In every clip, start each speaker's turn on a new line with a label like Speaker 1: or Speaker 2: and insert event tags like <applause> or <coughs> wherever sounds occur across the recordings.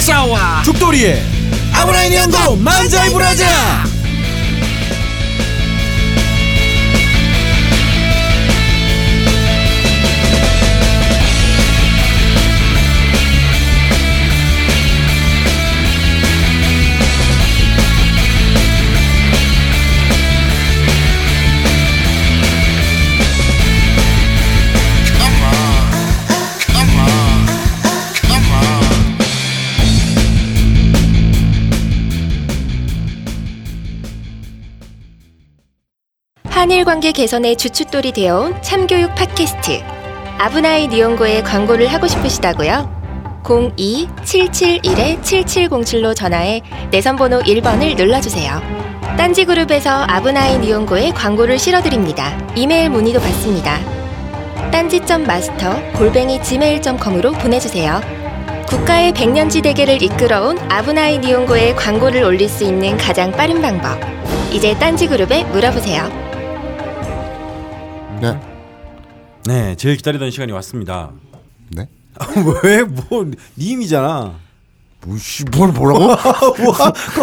Speaker 1: 샤워
Speaker 2: 죽돌이의 아브라인 연구 만자이 브라자
Speaker 3: 한일 관계 개선의 주춧돌이 되어온 참교육 팟캐스트 아브나이 니온고에 광고를 하고 싶으시다고요? 02-771-7707로 전화해 내선번호 1번을 눌러주세요. 딴지그룹에서 아브나이 니온고에 광고를 실어드립니다. 이메일 문의도 받습니다. 딴지점 마스터 골뱅이 gmail.com으로 보내주세요. 국가의 백년지 대계를 이끌어온 아브나이 니온고에 광고를 올릴 수 있는 가장 빠른 방법. 이제 딴지그룹에 물어보세요.
Speaker 4: 네.
Speaker 2: 네 제일 기다리던 시간이 왔습니다
Speaker 4: 네?
Speaker 2: <laughs> 왜뭐 님이잖아
Speaker 4: 뭐씨 뭘 뭐라고?
Speaker 2: 와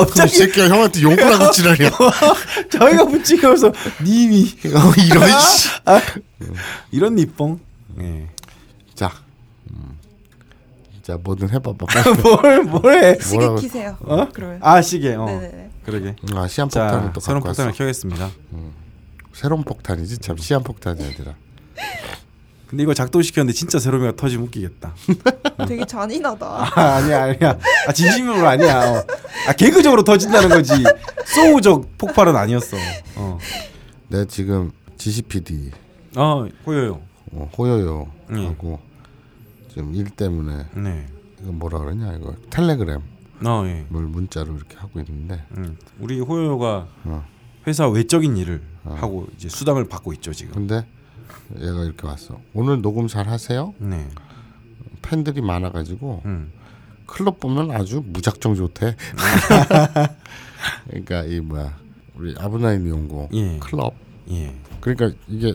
Speaker 4: 이 새끼가 형한테 욕을 하고 지랄이야. <laughs>
Speaker 2: 저희가 붙이면서 님이
Speaker 4: 어, 이런 씨.
Speaker 2: 아, 이런 니뽕 네.
Speaker 4: 자. 음. 자, 뭐든 해 봐봐.
Speaker 2: 뭘 뭐래
Speaker 4: 뭐라고-
Speaker 5: 시계 키세요.
Speaker 2: 어?
Speaker 5: 그러면.
Speaker 2: 아 시계 어
Speaker 5: 네네네.
Speaker 2: 그러게
Speaker 4: <laughs> 아, 시한폭탄을
Speaker 2: 자
Speaker 4: 또
Speaker 2: 새로운
Speaker 4: 갖고 왔어.
Speaker 2: 폭탄을 켜겠습니다 음.
Speaker 4: 새로운 폭탄이지. 참 시한폭탄이 아니라.
Speaker 2: 근데 이거 작동시켰는데 진짜 세로미가 터지면 웃기겠다 어?
Speaker 5: 되게 잔인하다.
Speaker 2: <laughs> 아, 아니야 아니야 아 진심으로 아니야 어. 아 개그적으로 터진다는 거지 소우적 폭발은 아니었어 어,
Speaker 4: 내 네, 지금 GCPD
Speaker 2: 어 보여요
Speaker 4: 어, 호요요
Speaker 2: 예.
Speaker 4: 하고 지금 일 때문에
Speaker 2: 네
Speaker 4: 이거 뭐라 그러냐 이거 텔레그램을
Speaker 2: 어, 예.
Speaker 4: 문자로 이렇게 하고 있는데
Speaker 2: 음, 우리 호요가
Speaker 4: 어.
Speaker 2: 회사 외적인 일을 하고 이제 수당을 받고 있죠 지금
Speaker 4: 근데 얘가 이렇게 왔어. 오늘 녹음 잘 하세요?
Speaker 2: 네
Speaker 4: 팬들이 많아가지고
Speaker 2: 음.
Speaker 4: 클럽 보면 아주 무작정 좋대. <laughs> 그러니까 이 뭐야 우리 아브나인 연구
Speaker 2: 예.
Speaker 4: 클럽.
Speaker 2: 예.
Speaker 4: 그러니까 이게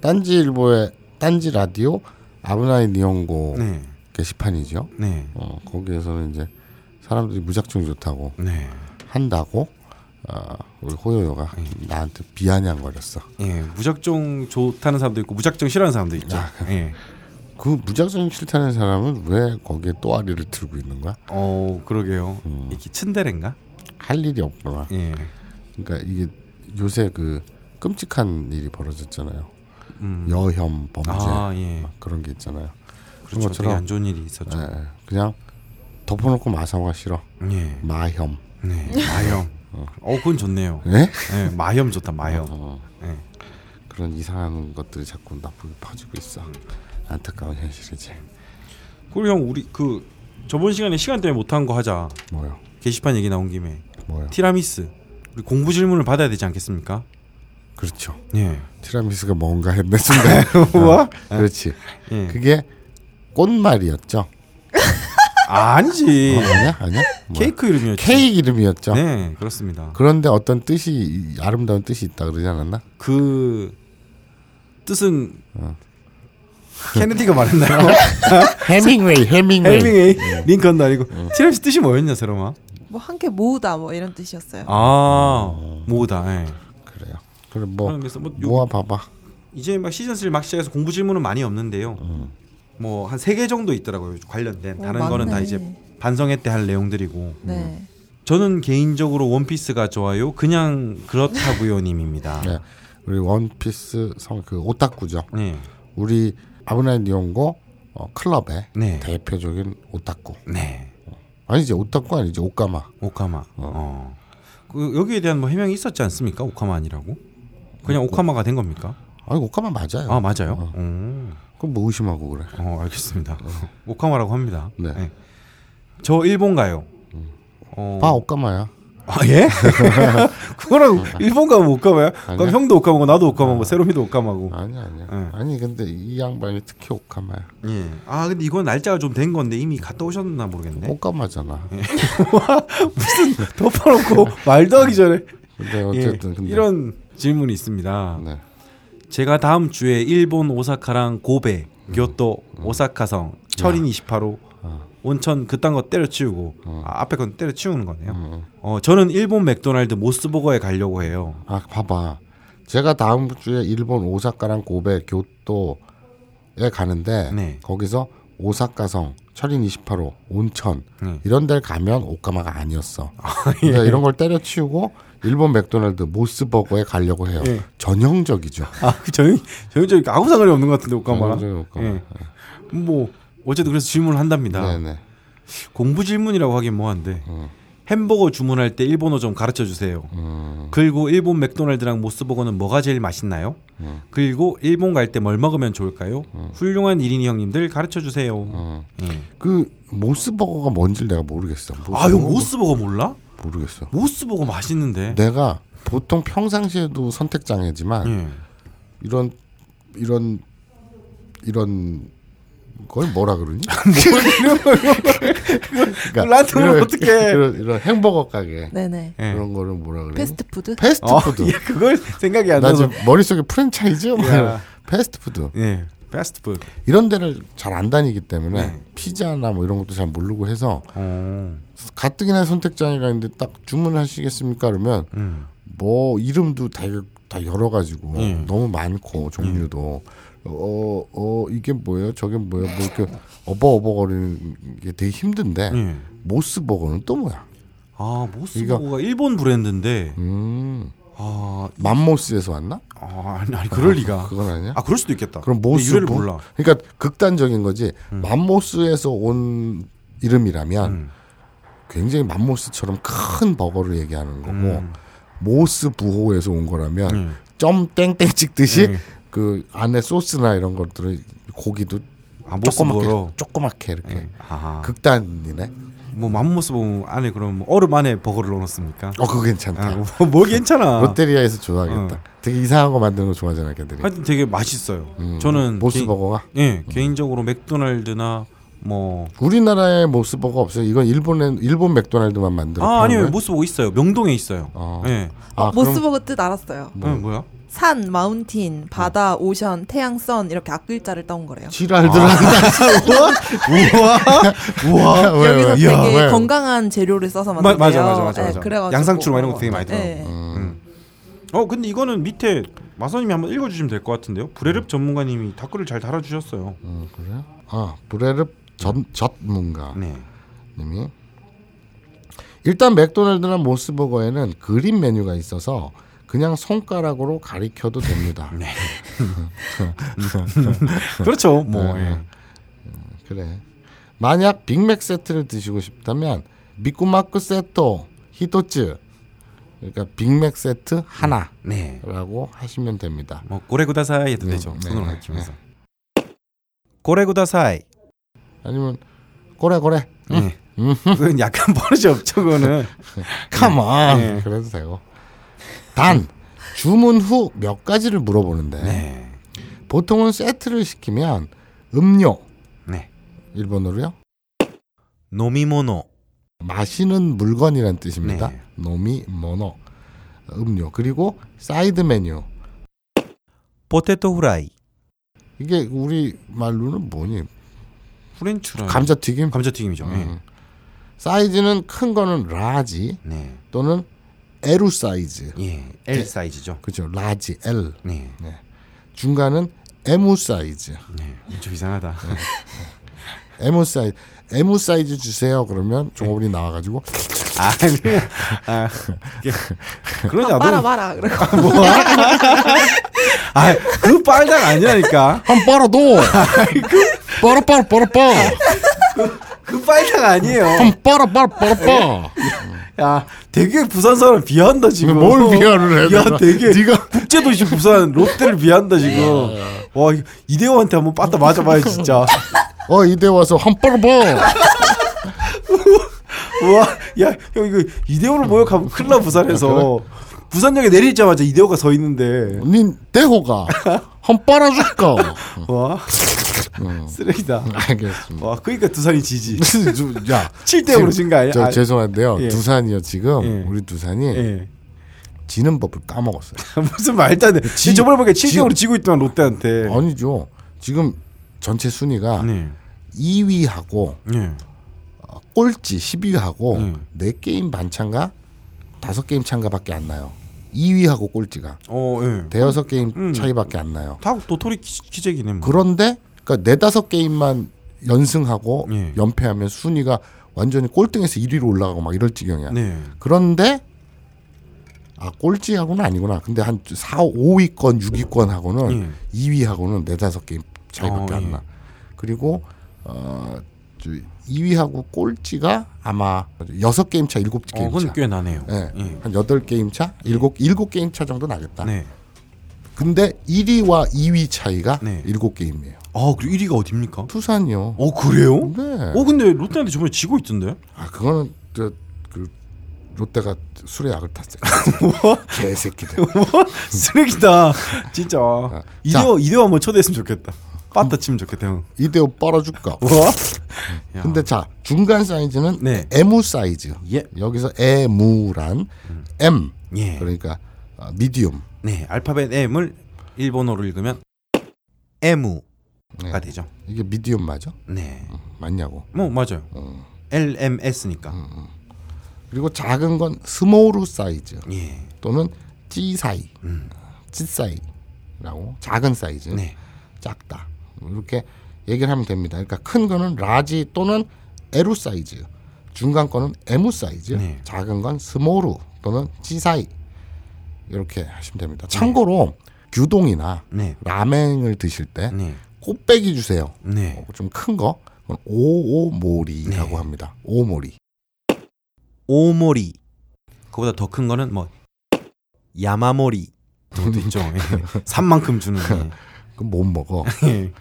Speaker 4: 딴지 일보의 딴지 라디오 아브나인 연구
Speaker 2: 네.
Speaker 4: 게시판이죠.
Speaker 2: 네.
Speaker 4: 어, 거기에서는 이제 사람들이 무작정 좋다고
Speaker 2: 네.
Speaker 4: 한다고 어, 우리 호요요가
Speaker 2: 네.
Speaker 4: 나한테 비아냥거렸어.
Speaker 2: 예. 무작정 좋다는 사람도 있고 무작정 싫어하는 사람도 있죠.
Speaker 4: 아.
Speaker 2: 예.
Speaker 4: 그 무작정 싫다는 사람은 왜 거기에 또아리를 들고 있는 거야?
Speaker 2: 어, 그러게요.
Speaker 4: 음.
Speaker 2: 이게 츤데레인가?
Speaker 4: 할 일이 없구나.
Speaker 2: 예.
Speaker 4: 그러니까 이게 요새 그 끔찍한 일이 벌어졌잖아요.
Speaker 2: 음.
Speaker 4: 여혐 범죄
Speaker 2: 아, 예.
Speaker 4: 막 그런 게 있잖아요. 그런
Speaker 2: 그렇죠. 되게 안
Speaker 4: 것처럼
Speaker 2: 좋은 일이 있었죠.
Speaker 4: 예, 예. 그냥 덮어놓고 마성화 싫어.
Speaker 2: 예.
Speaker 4: 마혐.
Speaker 2: 네.
Speaker 4: 음.
Speaker 2: 마염. 어, 그건 좋네요.
Speaker 4: 예?
Speaker 2: 예, 마염 좋다. 마염.
Speaker 4: 어,
Speaker 2: 예.
Speaker 4: 그런 이상한 것들이 자꾸 나쁘게 퍼지고 있어. 안타까운 현실이지.
Speaker 2: 그리고 형 우리 그 저번 시간에 시간 때문에 못한 거 하자.
Speaker 4: 뭐요?
Speaker 2: 게시판 얘기 나온 김에
Speaker 4: 뭐요?
Speaker 2: 티라미스 우리 공부 질문을 받아야 되지 않겠습니까?
Speaker 4: 그렇죠.
Speaker 2: 예.
Speaker 4: 티라미수가 뭔가 <laughs> 했네 순간.
Speaker 2: 우와.
Speaker 4: 어, 그렇지.
Speaker 2: 뭐? 예.
Speaker 4: 그게 꽃말이었죠.
Speaker 2: 아니지.
Speaker 4: 어, 아니야? 아니야? 뭐야?
Speaker 2: 케이크 이름이었죠.
Speaker 4: 케이크 이름이었죠.
Speaker 2: 네, 그렇습니다.
Speaker 4: 그런데 어떤 뜻이 이 아름다운 뜻이 있다 그러지 않았나?
Speaker 2: 그 뜻은
Speaker 4: 어.
Speaker 2: 케네디가
Speaker 4: <laughs>
Speaker 2: 말했나요?
Speaker 4: 해밍웨이, 해밍웨이. 예. 어.
Speaker 2: 헬밍웨이 링컨도 아니고 티라미스 뜻이 뭐였냐 세로마?
Speaker 5: 뭐 한 개 모으다 뭐 이런 뜻이었어요.
Speaker 2: 아 모으다. 예.
Speaker 4: 그래요. 그럼 뭐
Speaker 2: 하는 데서 뭐 요-
Speaker 4: 모아 봐봐.
Speaker 2: 이제 막 시즌 3막 시작해서 공부 질문은 많이 없는데요.
Speaker 4: 어.
Speaker 2: 뭐 한 세 개 정도 있더라고요. 관련된
Speaker 5: 오,
Speaker 2: 다른 거는 다
Speaker 5: 많네.
Speaker 2: 이제 반성회 때 할 내용들이고.
Speaker 5: 어, 네.
Speaker 2: 저는 개인적으로 원피스가 좋아요. 그냥
Speaker 4: <laughs>
Speaker 2: 그렇다고요 님입니다.
Speaker 4: 네. 우리 원피스 성 그 오타쿠죠.
Speaker 2: 네.
Speaker 4: 우리 아브나이 니온고 어, 클럽의
Speaker 2: 네.
Speaker 4: 대표적인 오타쿠.
Speaker 2: 네.
Speaker 4: 아니지 오타쿠 아니지 오까마.
Speaker 2: 오카마. 어. 그 여기에 대한 뭐 해명이 있었지 않습니까? 오카마 아니라고? 그냥 오카마가 된 겁니까?
Speaker 4: 아니 오까마 맞아요.
Speaker 2: 아 맞아요.
Speaker 4: 네. 어.
Speaker 2: 오.
Speaker 4: 그럼 뭐 의심하고 그래.
Speaker 2: 어, 알겠습니다. 오카마라고 합니다.
Speaker 4: 네. 음.
Speaker 2: 저 일본 가요. 어.
Speaker 4: 봐 오까마야.
Speaker 2: 아
Speaker 4: <laughs>
Speaker 2: 예? <laughs> 그거랑 일본 가면 오카마야? 그럼
Speaker 4: 어. 아니야.
Speaker 2: 형도 오카마고 나도
Speaker 4: 어.
Speaker 2: 오카마고 세로미도 오카마고.
Speaker 4: 아니 아니야.
Speaker 2: 응.
Speaker 4: 아니 근데 이 양반이 특히 오까마야.
Speaker 2: 예. 아 근데 이건 날짜가 좀 된 건데 이미 갔다 오셨나
Speaker 4: 어,
Speaker 2: 모르겠네. 예.
Speaker 4: 오까마잖아.
Speaker 2: 덮어놓고 <laughs> 말도 하기 전에.
Speaker 4: 근데 어쨌든
Speaker 2: 예.
Speaker 4: 근데
Speaker 2: 이런 질문이 있습니다.
Speaker 4: 네.
Speaker 2: 제가 다음 음. 주에 일본 오사카랑 고베, 교토, 오사카성, 철인 28호 온천 그딴 거 때려치우고
Speaker 4: 어.
Speaker 2: 아, 앞에 건 때려치우는 거네요.
Speaker 4: 음.
Speaker 2: 어 저는 일본 맥도날드 모스버거에 가려고 해요.
Speaker 4: 아 봐봐. 제가 다음 주에 일본 오사카랑 고베, 교토에 가는데
Speaker 2: 네.
Speaker 4: 거기서 오사카성, 철인 28호, 온천
Speaker 2: 네. 예.
Speaker 4: 이런 데를 가면 오카마가 아니었어. 그러니까 이런 걸 때려치우고 일본 맥도날드 모스버거에 가려고 해요.
Speaker 2: 예.
Speaker 4: 전형적이죠.
Speaker 2: 아 저희 저희 저 아무 상관이 없는 것 같은데 오까마랑.
Speaker 4: 전형적인 오카마.
Speaker 2: 예. 뭐 어쨌든 그래서 질문을 한답니다.
Speaker 4: 네네.
Speaker 2: 공부 질문이라고 하긴 뭐한데
Speaker 4: 음.
Speaker 2: 햄버거 주문할 때 일본어 좀 가르쳐 주세요.
Speaker 4: 음,
Speaker 2: 그리고 일본 맥도날드랑 모스버거는 뭐가 제일 맛있나요?
Speaker 4: 음.
Speaker 2: 그리고 일본 갈 때 뭘 먹으면 좋을까요?
Speaker 4: 어.
Speaker 2: 훌륭한 1인이 형님들 가르쳐 주세요.
Speaker 4: 음.
Speaker 2: 예.
Speaker 4: 그 모스버거가 뭔지 내가 모르겠어.
Speaker 2: 아, 이거 모스버거 몰라?
Speaker 4: 모르겠어.
Speaker 2: 모스버거 맛있는데.
Speaker 4: 내가 보통 평상시에도 선택장애지만
Speaker 2: 예.
Speaker 4: 이런 이런 이런 걸
Speaker 2: <laughs>
Speaker 4: 뭐라 그러니? <laughs> 그러니까
Speaker 2: 라틴어로 어떻게 해?
Speaker 4: 이런, 이런 햄버거 가게
Speaker 5: 네네.
Speaker 2: 예.
Speaker 4: 그런 거를 뭐라 그러니?
Speaker 5: 패스트푸드?
Speaker 2: 어,
Speaker 4: 패스트푸드.
Speaker 2: 예, 그걸 <laughs> 생각이 안
Speaker 4: 아, 나
Speaker 2: 나서.
Speaker 4: 지금 머릿속에 프랜차이즈? 막
Speaker 2: 야.
Speaker 4: 패스트푸드.
Speaker 2: 예. 패스트푸드.
Speaker 4: 이런 데를 잘 안 다니기 때문에
Speaker 2: 네.
Speaker 4: 피자나 뭐 이런 것도 잘 모르고 해서
Speaker 2: 어.
Speaker 4: 가뜩이나 선택장애가 있는데 딱 주문하시겠습니까? 그러면
Speaker 2: 음.
Speaker 4: 뭐 이름도 다, 다 열어가지고
Speaker 2: 예.
Speaker 4: 너무 많고 종류도 어어 이게 뭐예요? 저게 뭐예요? 뭐 이렇게 어버어버거리는 게 되게 힘든데
Speaker 2: 예.
Speaker 4: 모스버거는 또 뭐야?
Speaker 2: 아, 모스버거가 일본 브랜드인데.
Speaker 4: 음
Speaker 2: 아, 이-
Speaker 4: 맘모스에서 왔나?
Speaker 2: 아 아니, 아니 그럴 리가.
Speaker 4: 그건 아니야.
Speaker 2: 아, 그럴 수도 있겠다.
Speaker 4: 그럼
Speaker 2: 근데
Speaker 4: 모스
Speaker 2: 유래를
Speaker 4: 부-
Speaker 2: 몰라.
Speaker 4: 그러니까 극단적인 거지. 맘모스에서 온 이름이라면
Speaker 2: 음.
Speaker 4: 굉장히 맘모스처럼 큰 버거를 얘기하는 거고
Speaker 2: 음.
Speaker 4: 모스 부호에서 온 거라면
Speaker 2: 음.
Speaker 4: 점 땡땡 찍듯이
Speaker 2: 음.
Speaker 4: 그 안에 소스나 이런 것들을 고기도
Speaker 2: 아, 모스버거로.
Speaker 4: 조그맣게 조그맣게 이렇게
Speaker 2: 예. 아.
Speaker 4: 극단이네.
Speaker 2: 뭐 맘모스 보면 안에 그럼 뭐 얼음 안에 버거를 넣어놨습니까?
Speaker 4: 어 그거 괜찮다.
Speaker 2: 아, 뭐, 뭐 괜찮아. 어.
Speaker 4: 롯데리아에서 좋아하겠다. 되게 이상한 거 만드는 거 좋아하잖아, 걔들이.
Speaker 2: 하여튼 되게 맛있어요.
Speaker 4: 음,
Speaker 2: 저는 개-
Speaker 4: 모스버거가 음.
Speaker 2: 예 개인적으로 맥도날드나 뭐.
Speaker 4: 우리나라에 모스버거 없어요. 이건 일본에 일본 맥도날드만 만들어.
Speaker 2: 아
Speaker 4: 파는
Speaker 2: 아니요
Speaker 4: 뭐 거예요?
Speaker 2: 모스버거 있어요 명동에 있어요.
Speaker 4: 어.
Speaker 2: 예
Speaker 4: 아, 그럼
Speaker 5: 모스버거 뜻 알았어요.
Speaker 2: 뭐. 뭐야?
Speaker 5: 산, 마운틴, 바다, 오션, 태양, 선 이렇게 앞글자를 따온 거래요.
Speaker 4: 지랄들 한다.
Speaker 2: 우와
Speaker 4: 우와. <laughs>
Speaker 2: 아,
Speaker 4: 왜, 왜,
Speaker 5: 여기서
Speaker 4: 왜?
Speaker 5: 되게
Speaker 4: 왜?
Speaker 5: 건강한 재료를 써서
Speaker 2: 마- 맞아,
Speaker 5: 만든대요.
Speaker 2: 맞아, 맞아,
Speaker 5: 예,
Speaker 2: 맞아.
Speaker 5: 그래가지고
Speaker 2: 양상추 막 이런 거 되게 많이
Speaker 5: 예, 예.
Speaker 2: 음. 어 근데 이거는 밑에 마선님이 한번 읽어주시면 될 것 같은데요. 브레릅 전문가님이 댓글을 잘 달아주셨어요.
Speaker 4: 음, 그래요? 아, 브레르 전 전문가
Speaker 2: 네.
Speaker 4: 님이 일단 맥도날드나 모스버거에는 그림 메뉴가 있어서 그냥 손가락으로 가리켜도 됩니다.
Speaker 2: 네.
Speaker 4: <laughs>
Speaker 2: 그렇죠. 뭐
Speaker 4: 네.
Speaker 2: 예.
Speaker 4: 그래. 만약 빅맥 세트를 드시고 싶다면 미꾸마크 세토 히토츠 그러니까 빅맥 세트 하나라고
Speaker 2: 네.
Speaker 4: 하시면 됩니다.
Speaker 2: 뭐 고래구다사이 해도
Speaker 4: 음,
Speaker 2: 되죠.
Speaker 4: 네,
Speaker 2: 손으로
Speaker 4: 네,
Speaker 2: 가리키면서. 고래구다사이.
Speaker 4: 아니면 고래 고래
Speaker 2: 네.
Speaker 4: 음.
Speaker 2: 그건 약간 <laughs> 버릇이 없죠, 그거는.
Speaker 4: 컴온
Speaker 2: 네.
Speaker 4: 그래도 되고 단 주문 후 몇 가지를 물어보는데
Speaker 2: 네.
Speaker 4: 보통은 세트를 시키면 음료
Speaker 2: 네.
Speaker 4: 일본어로요
Speaker 2: 노미모노.
Speaker 4: 마시는 물건이란 뜻입니다.
Speaker 2: 네.
Speaker 4: 노미 모노 음료 그리고 사이드 메뉴
Speaker 2: 포테토 후라이.
Speaker 4: 이게 우리 말로는 뭐니?
Speaker 2: 프렌치라이.
Speaker 4: 감자 튀김.
Speaker 2: 네.
Speaker 4: 음.
Speaker 2: 감자튀김이죠. 네.
Speaker 4: 사이즈는 큰 거는 라지
Speaker 2: 네.
Speaker 4: 또는 L 사이즈.
Speaker 2: 예. L
Speaker 4: 네.
Speaker 2: 사이즈죠.
Speaker 4: 그죠? 라지 L.
Speaker 2: 네.
Speaker 4: 중간은 M 사이즈.
Speaker 2: 네. 좀 이상하다.
Speaker 4: M 사이즈. M 사이즈 주세요. 그러면 종업원이 나와 가지고
Speaker 2: <laughs> 아, 그냥, 아. 그러지
Speaker 5: 아, 빨아
Speaker 2: 않아.
Speaker 5: 빨아. 그래.
Speaker 2: 아, 그 빨다가 아니라니까.
Speaker 4: 한
Speaker 2: <laughs>
Speaker 4: 빨아 둬. 빨아 빨아 빨아 빨아.
Speaker 2: 그 빨다가 아니에요.
Speaker 4: 한 빨아 빨아 빨아 빨아.
Speaker 2: 야, 되게 부산 사람 비한다 지금.
Speaker 4: 뭘 비하를 해?
Speaker 2: 야,
Speaker 4: 내가.
Speaker 2: 되게
Speaker 4: 네가
Speaker 2: 국제도시 부산 롯데를 비한다 지금. 와 이- 이대호한테 한번 빠따 맞아봐요 진짜.
Speaker 4: 어 이대 와서 한 빨아 봐.
Speaker 2: 우와, 야, 형 이거 이대호를
Speaker 4: 음.
Speaker 2: 모욕하면 큰일 나 부산에서. 부산역에 내리자마자 이대호가 서 있는데.
Speaker 4: 닌 대호가 한 빨아 줄까?
Speaker 2: 와,
Speaker 4: 음.
Speaker 2: 쓰레기다. <laughs>
Speaker 4: 알겠습니다.
Speaker 2: 와, 그러니까 두산이 지지.
Speaker 4: 야,
Speaker 2: 7대 0으로
Speaker 4: 지금
Speaker 2: 진 거 아니야?
Speaker 4: 저
Speaker 2: 아,
Speaker 4: 죄송한데요.
Speaker 2: 예.
Speaker 4: 두산이요 지금
Speaker 2: 예.
Speaker 4: 우리 두산이
Speaker 2: 예. <laughs>
Speaker 4: 지는 법을 까먹었어요.
Speaker 2: 무슨 말도 안 돼.
Speaker 4: 지-
Speaker 2: 저번에 보니까
Speaker 4: 지-
Speaker 2: 7대
Speaker 4: 어?
Speaker 2: 0으로 지고 있더만 롯데한테.
Speaker 4: 아니죠. 지금 전체 순위가
Speaker 2: 예. 네.
Speaker 4: 2위하고
Speaker 2: 네.
Speaker 4: 어, 꼴찌 10위하고
Speaker 2: 음.
Speaker 4: 네 4게임 반 참가, 5게임 참가밖에 안 나요. 2위하고 꼴찌가
Speaker 2: 어, 예.
Speaker 4: 대여섯 게임
Speaker 2: 음.
Speaker 4: 차이밖에 안 나요.
Speaker 2: 다 도토리 키- 키재기네. 뭐.
Speaker 4: 그런데 그러니까 네다섯 게임만 연승하고
Speaker 2: 예.
Speaker 4: 연패하면 순위가 완전히 꼴등에서 1위로 올라가고 막 이럴 지경이야.
Speaker 2: 네.
Speaker 4: 그런데 아 꼴찌하고는 아니구나. 근데 한 4, 5위권, 6위권하고는
Speaker 2: 예.
Speaker 4: 2위하고는 네다섯 게임 차이밖에
Speaker 2: 어, 예.
Speaker 4: 안 나. 그리고 어 2위하고 꼴찌가 아마 여섯 게임 차, 일곱
Speaker 2: 어,
Speaker 4: 게임 차.
Speaker 2: 그건 꽤 나네요.
Speaker 4: 예.
Speaker 2: 예.
Speaker 4: 한 여덟 게임 차, 일곱 일곱 게임 차 정도 나겠다.
Speaker 2: 네.
Speaker 4: 근데 1위와 2위 차이가
Speaker 2: 네.
Speaker 4: 일곱 게임이에요.
Speaker 2: 아, 그리고 1위가 어딥니까?
Speaker 4: 투산이요.
Speaker 2: 어, 그래요?
Speaker 4: 네.
Speaker 2: 어, 근데 롯데한테 저번에 지고 있던데.
Speaker 4: 아 그거는 저그 롯데가 술에
Speaker 2: <laughs>
Speaker 4: 약을 탔어요.
Speaker 2: 뭐?
Speaker 4: 개새끼들.
Speaker 2: 쓰레기다. 진짜.
Speaker 4: 아,
Speaker 2: 이대호 이대호 한번 초대했으면 좋겠다. 빠따 치면 좋겠다 형.
Speaker 4: 이대로 빨아줄까.
Speaker 2: 뭐? 야.
Speaker 4: 근데 자 중간 사이즈는
Speaker 2: 네.
Speaker 4: M 사이즈.
Speaker 2: 예.
Speaker 4: 여기서 에무란 M
Speaker 2: 예.
Speaker 4: 그러니까 아, 미디움.
Speaker 2: 네, 알파벳 M을 일본어로 읽으면 에무가
Speaker 4: 네. 음.
Speaker 2: 되죠.
Speaker 4: 이게 미디움 맞아?
Speaker 2: 네.
Speaker 4: 맞냐고.
Speaker 2: 뭐 맞아요.
Speaker 4: 음.
Speaker 2: LMS니까.
Speaker 4: 그리고 작은 건 스몰 사이즈
Speaker 2: 예.
Speaker 4: 또는 G 사이, G 사이라고 작은 사이즈.
Speaker 2: 네.
Speaker 4: 작다 이렇게 얘기를 하면 됩니다. 그러니까 큰 거는 라지 또는 에루 사이즈, 중간 거는 에무 사이즈,
Speaker 2: 네.
Speaker 4: 작은 건 스모루 또는 지 사이 이렇게 하시면 됩니다. 참고로 규동이나
Speaker 2: 네.
Speaker 4: 라멘을 드실 때
Speaker 2: 네.
Speaker 4: 꽃배기 주세요. 어,
Speaker 2: 네.
Speaker 4: 좀 큰 거. 그건 오오모리라고
Speaker 2: 네.
Speaker 4: 합니다. 오모리.
Speaker 2: 오모리. 그보다 더 큰 거는 뭐 야마모리. 그것도 있죠.
Speaker 4: <laughs>
Speaker 2: 예. 산만큼 주는.
Speaker 4: 그건
Speaker 2: <laughs>
Speaker 4: 못 먹어.
Speaker 2: 예.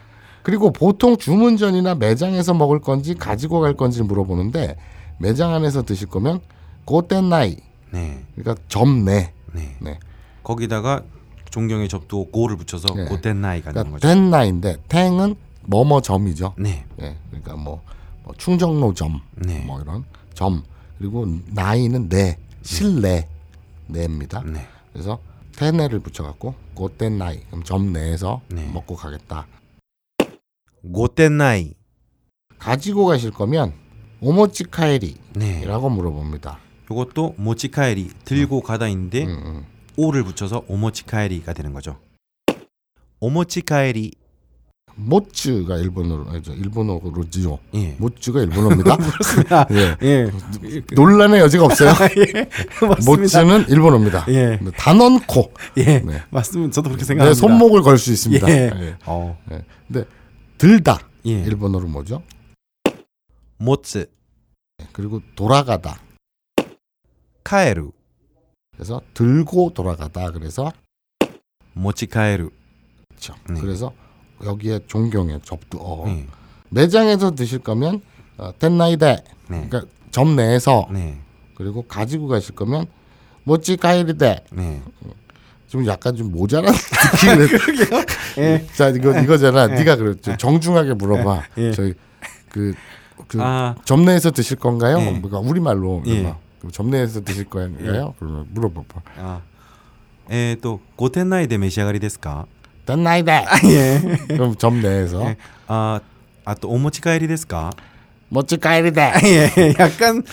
Speaker 4: 그리고 보통 주문 전이나 매장에서 먹을 건지 가지고 갈 건지 물어보는데 매장 안에서 드실 거면 고텐나이
Speaker 2: 네.
Speaker 4: 그러니까 점내
Speaker 2: 네.
Speaker 4: 네.
Speaker 2: 거기다가 존경의 접두 고를 붙여서
Speaker 4: 네.
Speaker 2: 고텐나이가 되는
Speaker 4: 그러니까
Speaker 2: 거죠.
Speaker 4: 텐나인데 탱은 뭐뭐 점이죠.
Speaker 2: 네.
Speaker 4: 예. 그러니까 뭐, 뭐 충정로 점,
Speaker 2: 네.
Speaker 4: 뭐 이런 점. 그리고 나이는 내 실내 내입니다.
Speaker 2: 네.
Speaker 4: 그래서 텐에를 붙여갖고 고텐 나이 그럼 점 내에서
Speaker 2: 네.
Speaker 4: 먹고 가겠다.
Speaker 2: 고텐나이.
Speaker 4: 가지고 가실 거면 오모치카에리라고
Speaker 2: 네.
Speaker 4: 물어봅니다.
Speaker 2: 요것도 모치카에리 들고 가다인데
Speaker 4: 음, 음.
Speaker 2: 오를 붙여서 오모치카에리가 되는 거죠.
Speaker 4: <laughs>
Speaker 2: 오모치카에리.
Speaker 4: 모츠가 일본어로 아니죠. 일본어로지요.
Speaker 2: 예. 뭐
Speaker 4: 모츠가
Speaker 2: <laughs>
Speaker 4: 일본어입니다.
Speaker 2: 그렇습니다.
Speaker 4: 예.
Speaker 2: 예.
Speaker 4: 논란의
Speaker 2: <laughs>
Speaker 4: 여지가 없어요.
Speaker 2: 예. 맞습니다.
Speaker 4: 모츠는 일본어입니다. 네,
Speaker 2: 예.
Speaker 4: 단언코
Speaker 2: 예.
Speaker 4: 네.
Speaker 2: 맞습니다. 저도 그렇게
Speaker 4: 내
Speaker 2: 생각합니다.
Speaker 4: 손목을 걸 수 있습니다.
Speaker 2: 예.
Speaker 4: 예.
Speaker 2: 어.
Speaker 4: 예. 근데 들다
Speaker 2: 예.
Speaker 4: 일본어로 뭐죠?
Speaker 2: 모츠
Speaker 4: 예. 그리고 돌아가다
Speaker 2: 카에루.
Speaker 4: 그래서 들고 돌아가다 그래서
Speaker 2: 모치카에루.
Speaker 4: 그렇죠.
Speaker 2: 네.
Speaker 4: 그래서 여기에 존경의 접두 어.
Speaker 2: 예.
Speaker 4: 매장에서 드실 거면 어, 텐나이데
Speaker 2: 네.
Speaker 4: 그러니까 점 내에서
Speaker 2: 네.
Speaker 4: 그리고 가지고 가실 거면 모찌 가이리데
Speaker 2: 네.
Speaker 4: 좀 약간 좀 모자란 <laughs> 느낌을 <laughs>
Speaker 2: 예.
Speaker 4: 자 이거 이거잖아
Speaker 2: 아, 예.
Speaker 4: 네가 그랬죠 정중하게 물어봐
Speaker 2: 예.
Speaker 4: 저희 그, 그
Speaker 2: 아,
Speaker 4: 점내에서 드실 건가요?
Speaker 2: 예.
Speaker 4: 뭔가 우리말로
Speaker 2: 예.
Speaker 4: 예. 그럼 점내에서 드실 건가요? 그러면 물어봐봐.
Speaker 2: 아. 에, 또 고텐나이 데 메시아가리 ですか?
Speaker 4: 딴나이다.
Speaker 2: 예.
Speaker 4: <laughs> 그럼 점내에서
Speaker 2: 예. 아, 아또 오모치카에리 ですか?
Speaker 4: 멋지 가이리다.
Speaker 2: <laughs> 예, 약간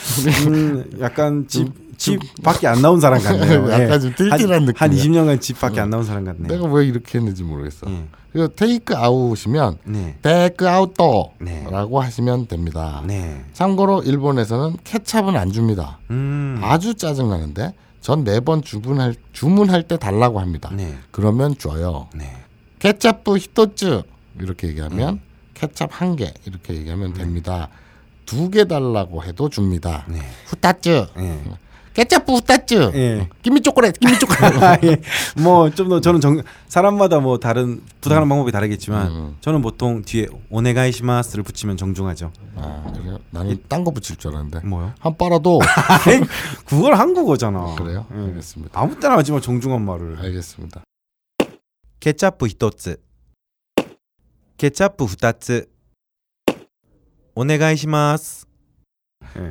Speaker 2: 음, 약간 집 집 밖에 안 나온 사람 같네요.
Speaker 4: <laughs> 약간
Speaker 2: 예.
Speaker 4: 좀 띨띨한
Speaker 2: 한, 한
Speaker 4: 느낌이야. 어.
Speaker 2: 20년간 집 밖에 안 나온 사람 같네요.
Speaker 4: 내가 왜 이렇게 했는지 모르겠어.
Speaker 2: 예.
Speaker 4: 그리고 테이크 아웃이면
Speaker 2: 네.
Speaker 4: 테이크 아웃더라고
Speaker 2: 네.
Speaker 4: 하시면 됩니다.
Speaker 2: 네.
Speaker 4: 참고로 일본에서는 케찹은 안 줍니다.
Speaker 2: 음.
Speaker 4: 아주 짜증 나는데 전 매번 주문할 주문할 때 달라고 합니다.
Speaker 2: 네.
Speaker 4: 그러면 줘요.
Speaker 2: 네. 음.
Speaker 4: 케첩부 히토츠 이렇게 얘기하면 케첩 한 개 이렇게 얘기하면 됩니다. 두 개 달라고 해도 줍니다.
Speaker 2: 네.
Speaker 4: 후타츠
Speaker 2: 예.
Speaker 4: 케첩부 후타츠
Speaker 2: 예.
Speaker 4: 김미 초콜릿 김미 초콜릿
Speaker 2: <laughs> 아, 예. 뭐좀 더 저는 정, 사람마다 뭐 다른 부탁하는 방법이 다르겠지만
Speaker 4: 음.
Speaker 2: 저는 보통 뒤에 오네가이시마스를 붙이면 정중하죠.
Speaker 4: 아, 그래요? 나는 딴 거 붙일 줄 알았는데
Speaker 2: 뭐요?
Speaker 4: 한 빨아도
Speaker 2: <laughs> 아이, 그걸 한국어잖아.
Speaker 4: 그래요?
Speaker 2: 예.
Speaker 4: 알겠습니다.
Speaker 2: 아무 때나 하지 마 정중한 말을.
Speaker 4: 알겠습니다.
Speaker 2: 케찹 1つ 케찹 2つお願いします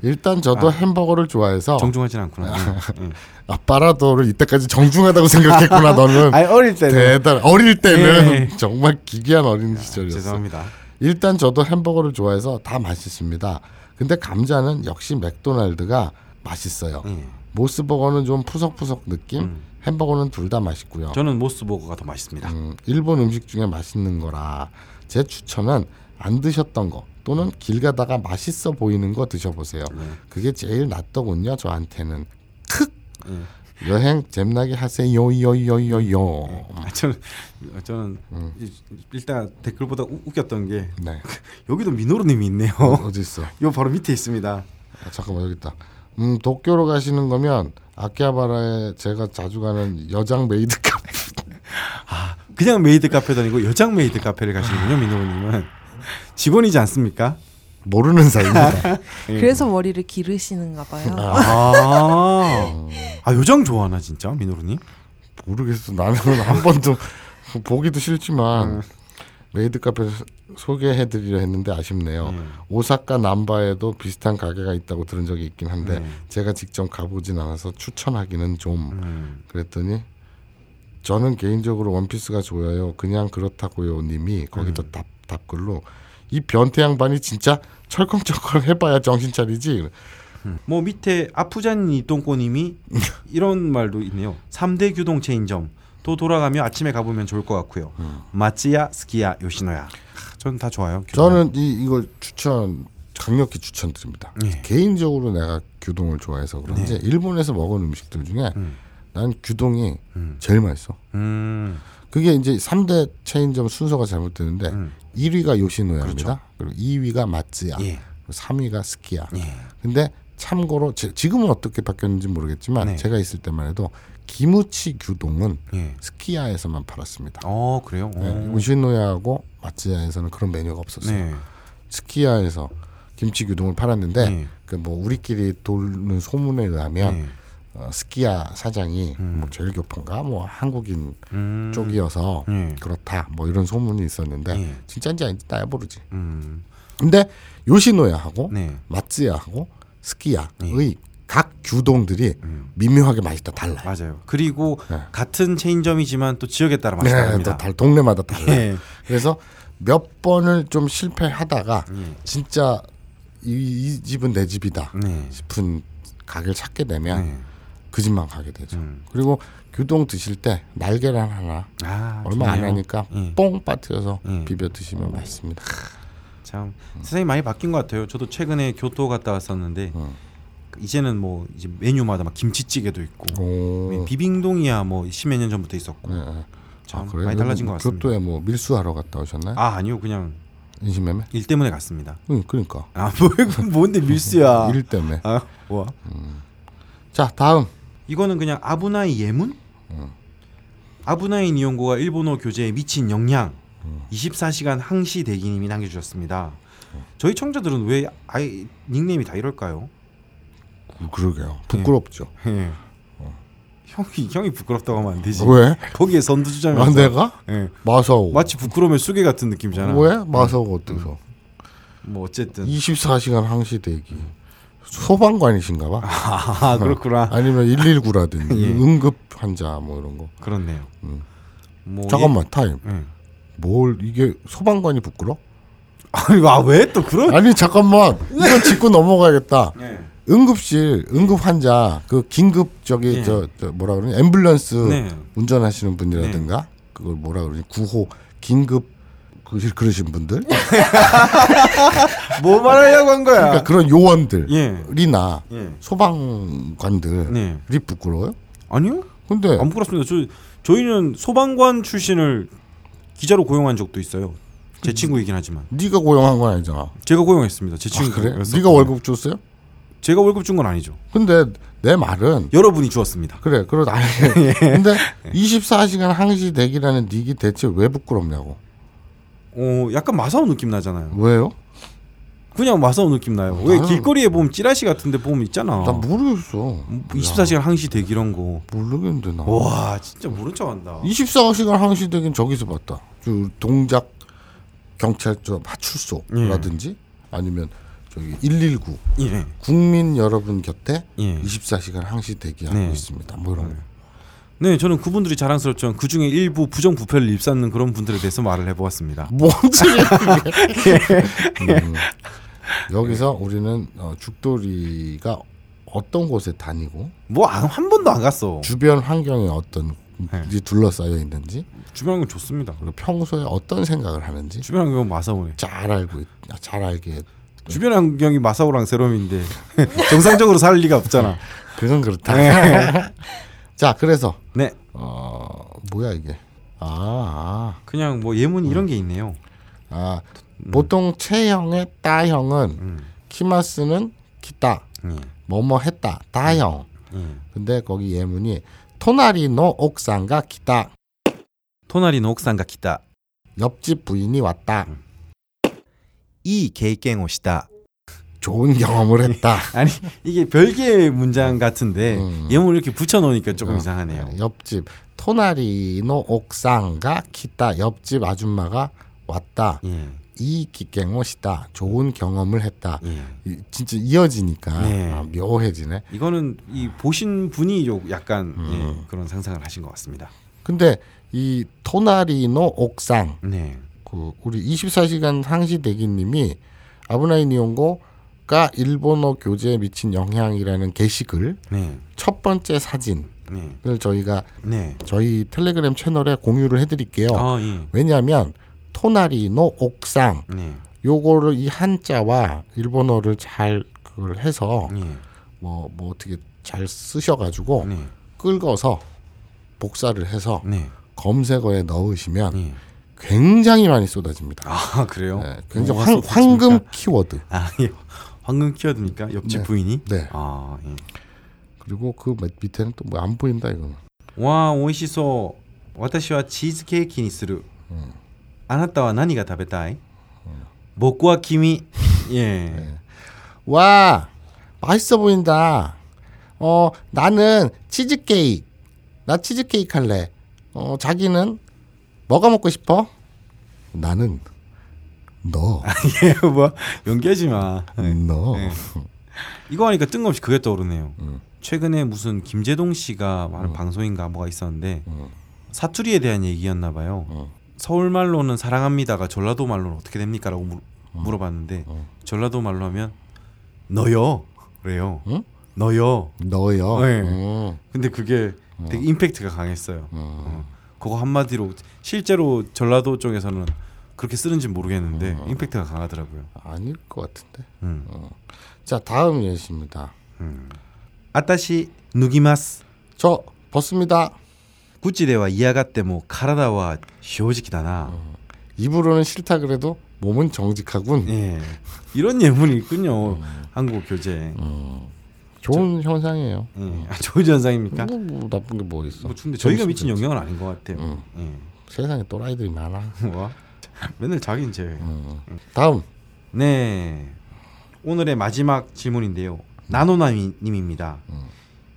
Speaker 4: 일단 저도
Speaker 2: 아.
Speaker 4: 햄버거를 좋아해서
Speaker 2: 정중하진 않구나. 예. 예.
Speaker 4: 아 빨아도를 이때까지 정중하다고
Speaker 2: <laughs>
Speaker 4: 생각했구나 너는
Speaker 2: 아니 어릴 때는
Speaker 4: 대단 어릴 때는 <laughs>
Speaker 2: 예. 네.
Speaker 4: 정말 기괴한 어린 시절이었어.
Speaker 2: 죄송합니다.
Speaker 4: 일단 저도 햄버거를 좋아해서 다 맛있습니다. 근데 감자는 역시 맥도날드가 맛있어요.
Speaker 2: 예.
Speaker 4: 모스버거는 좀 푸석푸석 느낌,
Speaker 2: 음.
Speaker 4: 햄버거는 둘 다 맛있고요.
Speaker 2: 저는 모스버거가 더 맛있습니다.
Speaker 4: 음, 일본 음식 중에 맛있는 거라 제 추천은 안 드셨던 거 또는 길 가다가 맛있어 보이는 거 드셔보세요.
Speaker 2: 네.
Speaker 4: 그게 제일 낫더군요 저한테는.
Speaker 2: 예.
Speaker 4: 여행 잼나게 하세요 요요요요.
Speaker 2: 아, 저는 저는 이- 일단 댓글보다 우- 웃겼던 게 <laughs>
Speaker 4: 네
Speaker 2: 여기도 미노루님이 있네요. <laughs>
Speaker 4: 어디 있어?
Speaker 2: 요 바로 밑에 있습니다.
Speaker 4: 아, 잠깐만 여기 있다. 음 도쿄로 가시는 거면 아키하바라에 제가 자주 가는 여장 메이드 카페 <laughs>
Speaker 2: 그냥 메이드 카페도 아니고 여장 메이드 카페를 가시는군요, 미노루님은. 직원이지 않습니까?
Speaker 4: 모르는 사이입니다.
Speaker 2: 예.
Speaker 5: 그래서 머리를 기르시는가 봐요.
Speaker 2: 아, 아 요장 좋아하나 진짜 민호루님?
Speaker 4: 모르겠어. 나는 <laughs> 한 번도 보기도 싫지만 메이드 카페 소개해드리려 했는데 아쉽네요. 오사카 남바에도 비슷한 가게가 있다고 들은 적이 있긴 한데 제가 직접 가보진 않아서 추천하기는 좀
Speaker 2: 음.
Speaker 4: 그랬더니 저는 개인적으로 원피스가 좋아요. 그냥 그렇다고요. 님이 거기다 답 답글로 이 변태 양반이 진짜 철컹철컹 해봐야 정신 차리지.
Speaker 2: 뭐 밑에 아프잔
Speaker 4: <laughs>
Speaker 2: 이똥꼬님이 이런 말도 있네요. 3대 규동 체인점 또 돌아가며 아침에 가보면 좋을 것 같고요.
Speaker 4: 음.
Speaker 2: 마찌야, 스키야, 요시노야. 저는 다 좋아요. 규동.
Speaker 4: 저는 이 이걸 추천 강력히 추천드립니다.
Speaker 2: 예. 네.
Speaker 4: 개인적으로 내가 규동을 좋아해서 그런지 일본에서 먹은 음식들 중에
Speaker 2: 음.
Speaker 4: 난 규동이
Speaker 2: 음.
Speaker 4: 제일 맛있어.
Speaker 2: 음,
Speaker 4: 그게 이제 3대 체인점 순서가 잘못되는데
Speaker 2: 음. 그렇죠.
Speaker 4: 1위가 요시노야입니다. 그리고 2위가 마츠야.
Speaker 2: 예,
Speaker 4: 3위가 스키야.
Speaker 2: 예.
Speaker 4: 근데 참고로 지- 지금은 어떻게 바뀌었는지 모르겠지만
Speaker 2: 네.
Speaker 4: 제가 있을 때만 해도 김우치 규동은
Speaker 2: 예.
Speaker 4: 스키야에서만 팔았습니다.
Speaker 2: 어 그래요. 어.
Speaker 4: 네, 요시노야하고 마츠야에서는 그런 메뉴가 없었어요.
Speaker 2: 네.
Speaker 4: 스키야에서 김치 규동을 팔았는데
Speaker 2: 네.
Speaker 4: 그 뭐 우리끼리 돌는 소문에 의하면
Speaker 2: 네.
Speaker 4: 어, 스키야 사장이
Speaker 2: 음.
Speaker 4: 뭐 제일 교포인가 뭐 한국인
Speaker 2: 음.
Speaker 4: 쪽이어서
Speaker 2: 예.
Speaker 4: 그렇다 뭐 이런 소문이 있었는데
Speaker 2: 예.
Speaker 4: 진짜인지 아닌지 나야 모르지.
Speaker 2: 음.
Speaker 4: 근데 요시노야하고
Speaker 2: 네. 예.
Speaker 4: 마츠야하고 스키야의 각 규동들이
Speaker 2: 음.
Speaker 4: 미묘하게 맛이 다 달라요.
Speaker 2: 맞아요. 그리고
Speaker 4: 네.
Speaker 2: 같은 체인점이지만 또 지역에 따라 아, 맛이
Speaker 4: 네,
Speaker 2: 다릅니다.
Speaker 4: 또 달, 동네마다 달라요.
Speaker 2: 예.
Speaker 4: 그래서 몇 번을 좀 실패하다가
Speaker 2: 예.
Speaker 4: 진짜 이, 이 집은 내 집이다
Speaker 2: 네.
Speaker 4: 싶은 가게를 찾게 되면
Speaker 2: 네.
Speaker 4: 그 집만 가게 되죠.
Speaker 2: 음.
Speaker 4: 그리고 규동 드실 때 날계란 하나
Speaker 2: 아,
Speaker 4: 얼마 안
Speaker 2: 좋네요.
Speaker 4: 하니까
Speaker 2: 예.
Speaker 4: 뽕 빠뜨려서
Speaker 2: 예. 아,
Speaker 4: 비벼 드시면 맛있습니다.
Speaker 2: 참 세상이 많이 바뀐 것 같아요. 저도 최근에 교토 갔다 왔었는데
Speaker 4: 음.
Speaker 2: 이제는 뭐 이제 메뉴마다 막 김치찌개도 있고
Speaker 4: 어, 오.
Speaker 2: 네. 비빙동이야 뭐 십몇 년 전부터 있었고
Speaker 4: 예, 예.
Speaker 2: 참
Speaker 4: 그래요?
Speaker 2: 많이 달라진 것
Speaker 4: 그럼
Speaker 2: 같습니다.
Speaker 4: 교토에 뭐 밀수하러 갔다 오셨나요?
Speaker 2: 아 아니요 그냥
Speaker 4: 인신매매?
Speaker 2: 일 때문에 갔습니다.
Speaker 4: 응, 그러니까
Speaker 2: 아 <laughs> 뭐, 뭔데 밀수야?
Speaker 4: <laughs> 일 때문에.
Speaker 2: 아 뭐야?
Speaker 4: 자 다음
Speaker 2: 이거는 그냥 아부나이 예문? 아부나이 니온고가 일본어 교재에 미친 영향 24시간 항시 대기님이 남겨주셨습니다. 저희 청자들은 왜 아이 닉네임이 다 이럴까요?
Speaker 4: 음, 그러게요. 부끄럽죠.
Speaker 2: 예. 형이 형이 부끄럽다고 하면 안 되지.
Speaker 4: 왜?
Speaker 2: 거기에 선두
Speaker 4: 아,
Speaker 2: 주자면서
Speaker 4: 내가
Speaker 2: 예.
Speaker 4: 마사오.
Speaker 2: 마치 부끄러움의 수개 같은 느낌이잖아.
Speaker 4: 왜? 마사오가 어때서?
Speaker 2: 뭐 어쨌든
Speaker 4: 24시간 항시 대기. 소방관이신가 봐.
Speaker 2: <laughs> 아 그렇구나.
Speaker 4: 아니면 119라든지
Speaker 2: 예.
Speaker 4: 응급 환자 뭐 이런 거.
Speaker 2: 그렇네요.
Speaker 4: 음.
Speaker 2: 뭐
Speaker 4: 잠깐만 타임.
Speaker 2: 예. 예.
Speaker 4: 뭘 이게 소방관이 부끄러?
Speaker 2: 예. 아니 와왜또 그런?
Speaker 4: <laughs> 아니 잠깐만 이건 짚고 넘어가야겠다.
Speaker 2: 예.
Speaker 4: 응급실 응급 환자 그 긴급 저기
Speaker 2: 예.
Speaker 4: 저, 저 뭐라 그러니 앰뷸런스
Speaker 2: 네.
Speaker 4: 운전하시는 분이라든가 그걸 뭐라 그러니 구호 긴급 그 그러신 분들
Speaker 2: 아. 뭐 말하려고 한 거야?
Speaker 4: 그러니까 그런
Speaker 2: 예.
Speaker 4: 요원들이나
Speaker 2: 예.
Speaker 4: 소방관들이
Speaker 2: 네.
Speaker 4: 부끄러워요?
Speaker 2: 아니요?
Speaker 4: 근데
Speaker 2: 안 부끄럽습니다. 저 저희는 소방관 출신을 기자로 고용한 적도 있어요. 제 친구이긴 하지만
Speaker 4: 네가 고용한 건 아니잖아.
Speaker 2: 제가 고용했습니다. 제
Speaker 4: 아,
Speaker 2: 친구.
Speaker 4: 그래? 네가 월급 줬어요?
Speaker 2: 제가 월급 준 건 아니죠.
Speaker 4: 근데 내 말은
Speaker 2: 여러분이 주었습니다.
Speaker 4: 그래 그러
Speaker 2: <laughs>
Speaker 4: 아니
Speaker 2: 예.
Speaker 4: 근데 24시간 항시 대기라는 닉이 대체 왜 부끄럽냐고
Speaker 2: 어, 약간 마사오 느낌 나잖아요.
Speaker 4: 왜요?
Speaker 2: 그냥 마사오 느낌 나요. 왜
Speaker 4: 나는-
Speaker 2: 길거리에 보면 찌라시 같은데 보면 있잖아.
Speaker 4: 나 모르겠어.
Speaker 2: 음, 어. 24시간 항시 대기 이런 거.
Speaker 4: 모르겠는데 나.
Speaker 2: 와 진짜 모른 척한다.
Speaker 4: 24시간 항시대긴 저기서 봤다. 저 동작 경찰 저 파출소라든지 아니면 저기 119
Speaker 2: 예.
Speaker 4: 국민 여러분 곁에
Speaker 2: 예.
Speaker 4: 24시간 항시 대기하고
Speaker 2: 네.
Speaker 4: 있습니다. 뭐 이런 거.
Speaker 2: 네, 저는 그분들이 자랑스럽지만 그 중에 일부 부정부패를 <laughs> 입쌓는 그런 분들에 대해서 말을 해보았습니다. 예.
Speaker 4: 뭔 소리야 그게. 음. 여기서 우리는 어, 죽돌이가 어떤 곳에 다니고
Speaker 2: 뭐한 번도 안 갔어.
Speaker 4: 주변 환경에 어떤
Speaker 2: 네.
Speaker 4: 이 둘러싸여 있는지
Speaker 2: 주변 건 좋습니다.
Speaker 4: 그리고 평소에 어떤 생각을 하는지
Speaker 2: 주변 환경 마사오네.
Speaker 4: 잘 알고 있, 잘 알게
Speaker 2: 주변 환경이 마사오랑 <laughs> 세롬인데 정상적으로 살 리가 없잖아.
Speaker 4: 그건 그렇다. <laughs> 자 그래서
Speaker 2: <laughs> 네,
Speaker 4: 어 뭐야 이게 아,
Speaker 2: 그냥 뭐 예문 이런 게 있네요.
Speaker 4: 아, 아 보통 체형의 따형은
Speaker 2: 음.
Speaker 4: 키마스는 키다
Speaker 2: 예.
Speaker 4: 뭐뭐 했다 따형
Speaker 2: 예.
Speaker 4: 근데 거기 예문이 토나리노 옥상가 기타
Speaker 2: 토나리 녹상가 기타
Speaker 4: 옆집 부인이 왔다
Speaker 2: 음. 이 개깽 오시다.
Speaker 4: 좋은 경험을 했다
Speaker 2: 아니 이게 별개의 문장 같은데
Speaker 4: 음.
Speaker 2: 예문 이렇게 붙여놓으니까 조금 이상하네요.
Speaker 4: 어, 옆집 토나리노 옥상가 기타 옆집 아줌마가 왔다
Speaker 2: 예,
Speaker 4: 이 기깽옷이다 좋은 경험을 했다
Speaker 2: 예.
Speaker 4: 이- 진짜 이어지니까
Speaker 2: 네.
Speaker 4: 아, 묘해지네
Speaker 2: 이거는 이 보신 분이 요 약간 예, 그런 상상을 하신 것 같습니다.
Speaker 4: 근데 이 토나리노 옥상
Speaker 2: 네,
Speaker 4: 그 우리 24시간 상시 대기님이 아브나이 니온고가 일본어 교재에 미친 영향이라는 게시글
Speaker 2: 네,
Speaker 4: 첫 번째 사진을
Speaker 2: 네,
Speaker 4: 저희가
Speaker 2: 네.
Speaker 4: 저희 텔레그램 채널에 공유를 해드릴게요.
Speaker 2: 아 예,
Speaker 4: 왜냐하면 토나리노 옥상
Speaker 2: 네,
Speaker 4: 요거를 이 한자와 일본어를 잘 그걸 해서
Speaker 2: 예,
Speaker 4: 뭐 뭐 어떻게 잘 쓰셔가지고
Speaker 2: 네,
Speaker 4: 끌어서 복사를 해서
Speaker 2: 네,
Speaker 4: 검색어에 넣으시면
Speaker 2: 예.
Speaker 4: 굉장히 많이 쏟아집니다.
Speaker 2: 아 그래요?
Speaker 4: 네, 굉장히
Speaker 2: 뭐가
Speaker 4: 황,
Speaker 2: 쏟아집니까?
Speaker 4: 황금 키워드.
Speaker 2: 아 예. 황금 키워드니까 옆집
Speaker 4: 네.
Speaker 2: 부인이.
Speaker 4: 네.
Speaker 2: 아 예.
Speaker 4: 그리고 그 밑- 밑에는 또 뭐 안 보인다 이거는.
Speaker 2: 와 오이시소. 私はチーズケーキにする。
Speaker 4: 음.
Speaker 2: あなたは何が食べたい？僕は君。예.
Speaker 4: 와 맛있어 보인다. 어 나는 치즈 케이크. 나 치즈 케이크 할래. 어 자기는 뭐가 먹고 싶어? 나는 너.
Speaker 2: 예, <laughs> 뭐 연기하지 마. 예.
Speaker 4: 너.
Speaker 2: 네. 이거 하니까 뜬금없이 그게 떠오르네요.
Speaker 4: 음.
Speaker 2: 최근에 무슨 김재동 씨가 하는 방송인가 뭐가 있었는데
Speaker 4: 음.
Speaker 2: 사투리에 대한 얘기였나 봐요.
Speaker 4: 음.
Speaker 2: 서울 말로는 사랑합니다가 전라도 말로는 어떻게 됩니까라고 물, 어봤는데
Speaker 4: 음.
Speaker 2: 전라도 말로 하면 너요 그래요.
Speaker 4: 응?
Speaker 2: 너요.
Speaker 4: 너요.
Speaker 2: 네.
Speaker 4: 음,
Speaker 2: 근데 그게 되게 임팩트가 강했어요.
Speaker 4: 음.
Speaker 2: 어. 그거 한마디로 실제로 전라도 쪽에서는 그렇게 쓰는지 모르겠는데 임팩트가 강하더라고요.
Speaker 4: 아닐 것 같은데. 어.
Speaker 2: 음.
Speaker 4: 자 다음 예시입니다.
Speaker 2: 아따시 누기마스.
Speaker 4: 저 벗습니다.
Speaker 2: こっちでは嫌がっても体は正直だな。
Speaker 4: 어. 입으로는 싫다 그래도 몸은 정직하군.
Speaker 2: 예. 이런 예문이 있군요.
Speaker 4: 어.
Speaker 2: 한국 교재.
Speaker 4: 음, 좋은 현상이에요.
Speaker 2: 예. 아, 좋은 현상입니까?
Speaker 4: 뭐, 뭐 나쁜 게 뭐 있어?
Speaker 2: 뭐 근데 저희가
Speaker 4: 재밌으면
Speaker 2: 미친
Speaker 4: 되지.
Speaker 2: 영향은 아닌 것 같아요.
Speaker 4: 어.
Speaker 2: <laughs>
Speaker 4: 세상에 또라이들이 많아.
Speaker 2: 예. 와. 맨날 자기는 제외.
Speaker 4: 어. 다음
Speaker 2: 네. 오늘의 마지막 질문인데요. 나노나미님입니다.
Speaker 4: 어.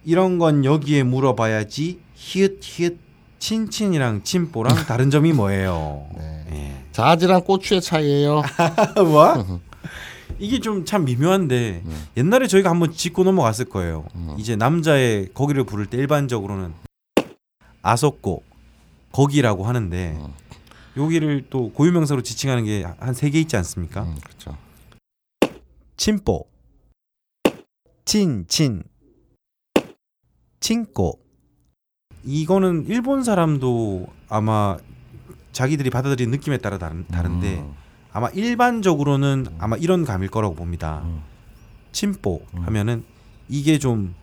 Speaker 2: 이런 건 여기에 물어봐야지. 히읗 히읗 친친이랑 친뽀랑 다른 점이
Speaker 4: <laughs>
Speaker 2: 뭐예요? 네.
Speaker 4: 자아지랑 고추의 차이예요.
Speaker 2: 예. 뭐? <laughs> 이게 좀 참 미묘한데 옛날에 저희가 한번 짚고 넘어갔을 거예요. 이제 남자의 거기를 부를 때 일반적으로는 아석고 거기라고 하는데
Speaker 4: 음.
Speaker 2: 여기를 또 고유명사로 지칭하는 게 한 세 개 있지 않습니까?
Speaker 4: 음, 그렇죠.
Speaker 2: 친뽀 친친 친꼬 이거는 일본 사람도 아마 자기들이 받아들이는 느낌에 따라 다른, 다른데
Speaker 4: 음,
Speaker 2: 아마 일반적으로는 아마 이런 감일 거라고 봅니다
Speaker 4: 음.
Speaker 2: 친뽀
Speaker 4: 음.
Speaker 2: 하면은 이게 좀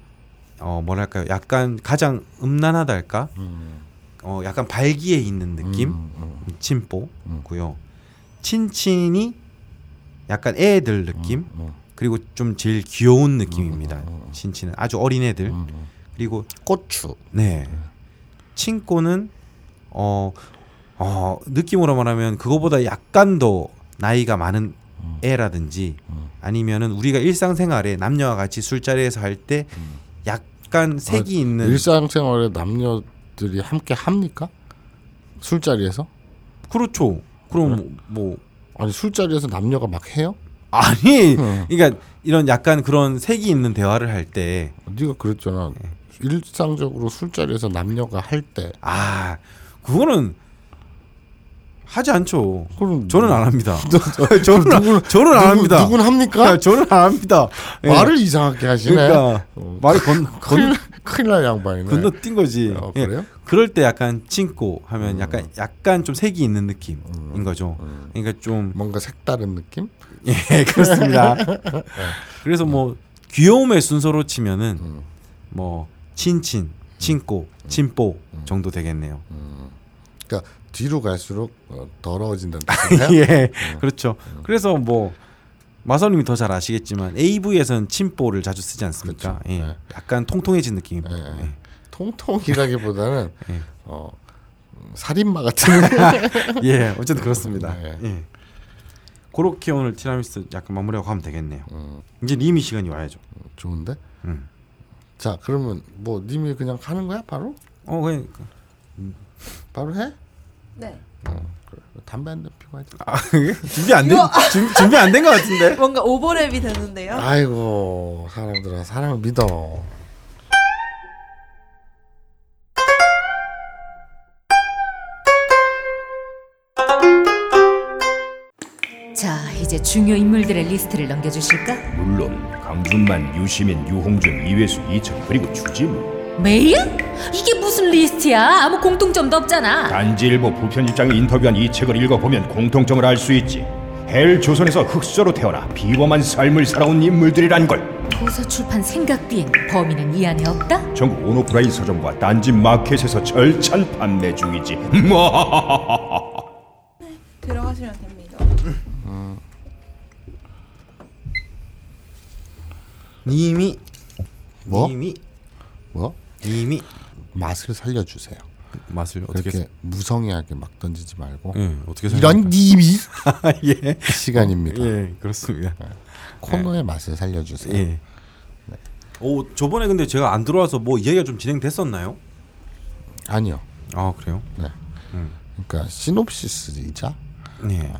Speaker 2: 어, 뭐랄까요 약간 가장 음란하달까
Speaker 4: 음,
Speaker 2: 어, 약간 발기에 있는 느낌
Speaker 4: 음, 음,
Speaker 2: 친뽀고요 친친이 약간 애들 느낌
Speaker 4: 음, 음,
Speaker 2: 그리고 좀 제일 귀여운 느낌입니다.
Speaker 4: 음, 음, 음.
Speaker 2: 친친은 아주 어린 애들
Speaker 4: 음, 음.
Speaker 2: 그리고
Speaker 4: 고추.
Speaker 2: 네 친꼬는 어, 어 느낌으로 말하면 그거보다 약간 더 나이가 많은
Speaker 4: 음.
Speaker 2: 애라든지
Speaker 4: 음.
Speaker 2: 아니면은 우리가 일상생활에 남녀와 같이 술자리에서 할 때
Speaker 4: 음. 아,
Speaker 2: 약간 색이 있는
Speaker 4: 어, 일상생활에 남녀들이 함께 합니까? 술자리에서?
Speaker 2: 그렇죠. 그럼
Speaker 4: 음.
Speaker 2: 뭐
Speaker 4: 아니 술자리에서 남녀가 막 해요?
Speaker 2: 아니
Speaker 4: 음.
Speaker 2: 그러니까 이런 약간 그런 색이 있는 대화를 할 때
Speaker 4: 네가 그랬잖아. 일상적으로 술자리에서 남녀가 할 때.
Speaker 2: 아 그거는 아, 하지 않죠. <laughs>
Speaker 4: 그럼
Speaker 2: 저는 안
Speaker 4: <laughs>
Speaker 2: 합니다. <laughs> 저는 안- 저는 안 합니다. 아,
Speaker 4: 누군 합니까?
Speaker 2: 저는 안 합니다. 예.
Speaker 4: <laughs> 말을 이상하게 하시네.
Speaker 2: 그러니까
Speaker 4: 어.
Speaker 2: 말을 건, 건
Speaker 4: <laughs> 큰일, 큰일 날 양반이네.
Speaker 2: 건너 뛴 거지.
Speaker 4: 어,
Speaker 2: 예.
Speaker 4: 그래요? 음.
Speaker 2: 그럴 때 약간 찡고 하면 약간 약간 좀 색이 있는 느낌인 거죠. 그러니까 좀
Speaker 4: 뭔가 색다른 느낌?
Speaker 2: 예, <laughs> 그렇습니다. 그래서 뭐 귀여움의 순서로 치면은
Speaker 4: 음.
Speaker 2: 뭐 친친, 친꼬, 친뽀 정도 되겠네요.
Speaker 4: 그러니까 뒤로 갈수록 어, 더러워진다는
Speaker 2: <laughs>
Speaker 4: 뜻이에요.
Speaker 2: 예, 그렇죠. 그래서 뭐 마선님이 더 잘 아시겠지만 AV에서는 친뽀를 자주 쓰지 않습니까?
Speaker 4: 그렇죠.
Speaker 2: 예,
Speaker 4: 네.
Speaker 2: 약간 통통해진 느낌이
Speaker 4: 예,
Speaker 2: 예,
Speaker 4: 예. 통통이라기보다는
Speaker 2: <laughs> 예.
Speaker 4: 어, 음, 살인마
Speaker 2: <laughs>
Speaker 4: 같은.
Speaker 2: 예, 어쨌든 그렇습니다.
Speaker 4: 네.
Speaker 2: 예. 그렇게 오늘 티라미수 약간 마무리하고 가면 되겠네요.
Speaker 4: 음,
Speaker 2: 이제 님이 시간이 와야죠.
Speaker 4: 좋은데.
Speaker 2: 음.
Speaker 4: 자 그러면 뭐 님이 그냥 하는 거야 바로?
Speaker 2: 어, 그냥
Speaker 4: 바로 해? 어,
Speaker 5: 네.
Speaker 4: 그래. 담배 한 대 피고 하지.
Speaker 2: 아. <laughs> 준비 안 된, 준- 준비 안 된 것 같은데.
Speaker 5: 어, 뭔가 오버랩이 되는데요.
Speaker 2: 아.
Speaker 4: 아이고 사람들아 사람을 믿어.
Speaker 1: 자, 이제 중요 인물들의 리스트를 넘겨주실까?
Speaker 6: 물론 강준만, 유시민, 유홍준, 이회수, 이청 그리고 주지무
Speaker 1: 메일? 이게 무슨 리스트야? 아무 공통점도 없잖아.
Speaker 6: 단지일보 부편집장이 인터뷰한 이 책을 읽어보면 공통점을 알 수 있지 헬 조선에서 흑수로 태어나 비범한 삶을 살아온 인물들이란 걸
Speaker 1: 도서 출판 생각 비엔 범인은 이 안에 없다?
Speaker 6: 전국 온오프라인 서점과 단지 마켓에서 절찬 판매 중이지
Speaker 5: 들어가시면 됩니다.
Speaker 2: <laughs> 님이
Speaker 4: 뭐?
Speaker 2: 님이
Speaker 4: 뭐?
Speaker 2: 님이
Speaker 4: 맛을 살려주세요.
Speaker 2: 맛을 어떻게
Speaker 4: 그렇게 무성의하게 막 던지지 말고
Speaker 2: 예, 어떻게
Speaker 4: 이런
Speaker 2: <laughs>
Speaker 4: 님이
Speaker 2: 예.
Speaker 4: 시간입니다.
Speaker 2: 예, 그렇습니다.
Speaker 4: 코너의 맛을 살려주세요.
Speaker 2: 예. 오, 저번에 근데 제가 안 들어와서 뭐 이야기가 좀 진행됐었나요?
Speaker 4: 아니요.
Speaker 2: 아, 그래요?
Speaker 4: 네. 그러니까 시놉시스이자
Speaker 2: 네.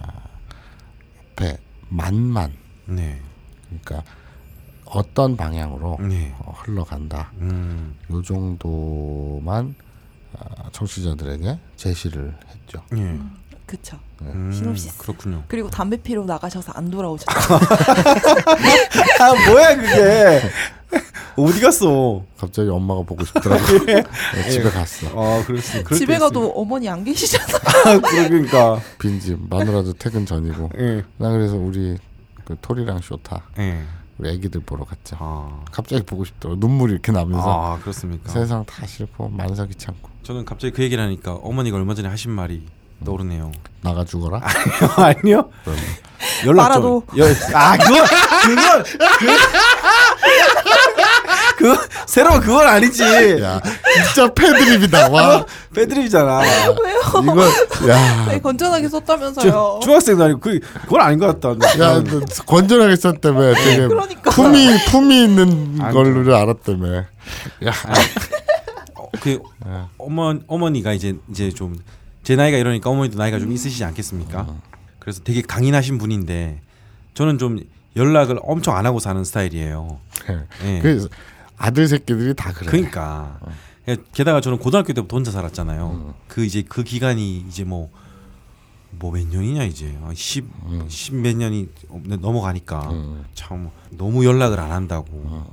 Speaker 4: 앞에 만만
Speaker 2: 네.
Speaker 4: 그러니까 어떤 방향으로
Speaker 2: 네.
Speaker 4: 어, 흘러간다.
Speaker 2: 음.
Speaker 4: 요 정도만 아, 청취자들에게 제시를 했죠.
Speaker 2: 예.
Speaker 5: 그쵸.
Speaker 2: 음,
Speaker 5: 시놉시스. <laughs>
Speaker 2: 그렇군요.
Speaker 5: 그리고 담배 피러 나가셔서 안 돌아오셨다.
Speaker 2: 아, 뭐야 그게? <laughs> 어디 갔어?
Speaker 4: 갑자기 엄마가 보고 싶더라고. 요 집에 갔어.
Speaker 2: 아, 그렇습니다. 그럴
Speaker 5: 집에
Speaker 2: 때
Speaker 5: 가도 어머니 안 계시잖아.
Speaker 2: 있습니다. 아, 그러니까.
Speaker 4: 빈집 마누라도 퇴근 전이고.
Speaker 2: 예.
Speaker 4: 나 그래서 우리 그 토리랑 쇼타
Speaker 2: 예.
Speaker 4: 우리 애기들 보러 갔죠.
Speaker 2: 아.
Speaker 4: 갑자기 보고 싶더라고. 눈물이 이렇게 나면서
Speaker 2: 아, 그렇습니까?
Speaker 4: 세상 다 싫고 만사 귀찮고
Speaker 2: 저는 갑자기 그 얘기를 하니까 어머니가 얼마 전에 하신 말이 떠오르네요.
Speaker 4: 나가 죽어라.
Speaker 2: 아니요. 연락 좀.
Speaker 5: 빨아도.
Speaker 2: 연- 아 그건 그건 그, 그 새로운 그건 아니지.
Speaker 4: 야 진짜 패드립이다. 와
Speaker 2: 빼드립이잖아.
Speaker 5: 왜요?
Speaker 4: 이거
Speaker 2: 아.
Speaker 4: 야.
Speaker 5: 네, 건전하게 썼다면서요.
Speaker 2: 저, 중학생도 아니고 그 그건 아닌 것 같다.
Speaker 4: 야, 너 건전하게 썼다며 되게
Speaker 5: 그러니까.
Speaker 4: 품이 품이 있는
Speaker 2: 안
Speaker 4: 걸로 알았다며. 예. 야,
Speaker 2: 어, 그 어머 어머니가 이제 이제 좀 제 나이가 이러니까 어머니도 나이가 좀 있으시지 않겠습니까? 그래서 되게 강인하신 분인데 저는 좀 연락을 엄청 안 하고 사는 스타일이에요. 예.
Speaker 4: 그 아들 새끼들이 다 그래.
Speaker 2: 그러니까 게다가 저는 고등학교 때부터 혼자 살았잖아요. 그 이제 그 기간이 이제 뭐 뭐 몇 년이냐 이제 십십몇 년이 넘어가니까 참 너무 연락을 안 한다고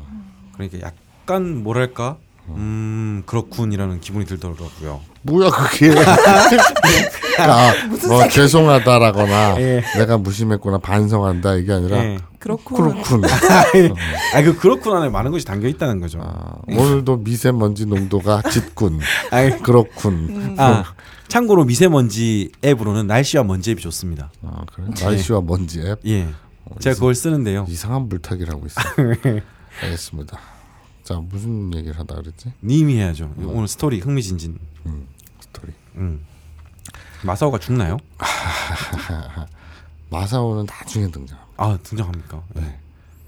Speaker 2: 그러니까 약간 뭐랄까 음 그렇군이라는 기분이 들더라고요.
Speaker 4: 뭐야 그게? 야, 뭐 죄송하다라거나
Speaker 2: 예.
Speaker 4: 내가 무심했구나 반성한다 이게 아니라
Speaker 2: 예.
Speaker 5: 그렇군.
Speaker 4: 그렇군.
Speaker 2: <laughs> 아그 그렇군 안에 많은 것이 담겨 있다는 거죠.
Speaker 4: 아, 오늘도 미세먼지 농도가 짙군.
Speaker 2: 아이.
Speaker 4: 그렇군.
Speaker 2: 아 참고로 미세먼지 앱으로는 날씨와 먼지 앱이 좋습니다.
Speaker 4: 아, 그래? 날씨와 먼지 앱
Speaker 2: 예, 제가 그걸 쓰는데요.
Speaker 4: 이상한 물타기를 하고 있어. 알겠습니다. 자 무슨 얘기를 하다 그랬지?
Speaker 2: 님이 해야죠. 오늘 스토리 흥미진진.
Speaker 4: 스토리.
Speaker 2: 음. 마사오가 죽나요?
Speaker 4: 마사오는 나중에 등장합니다.
Speaker 2: 아 등장합니까? 네.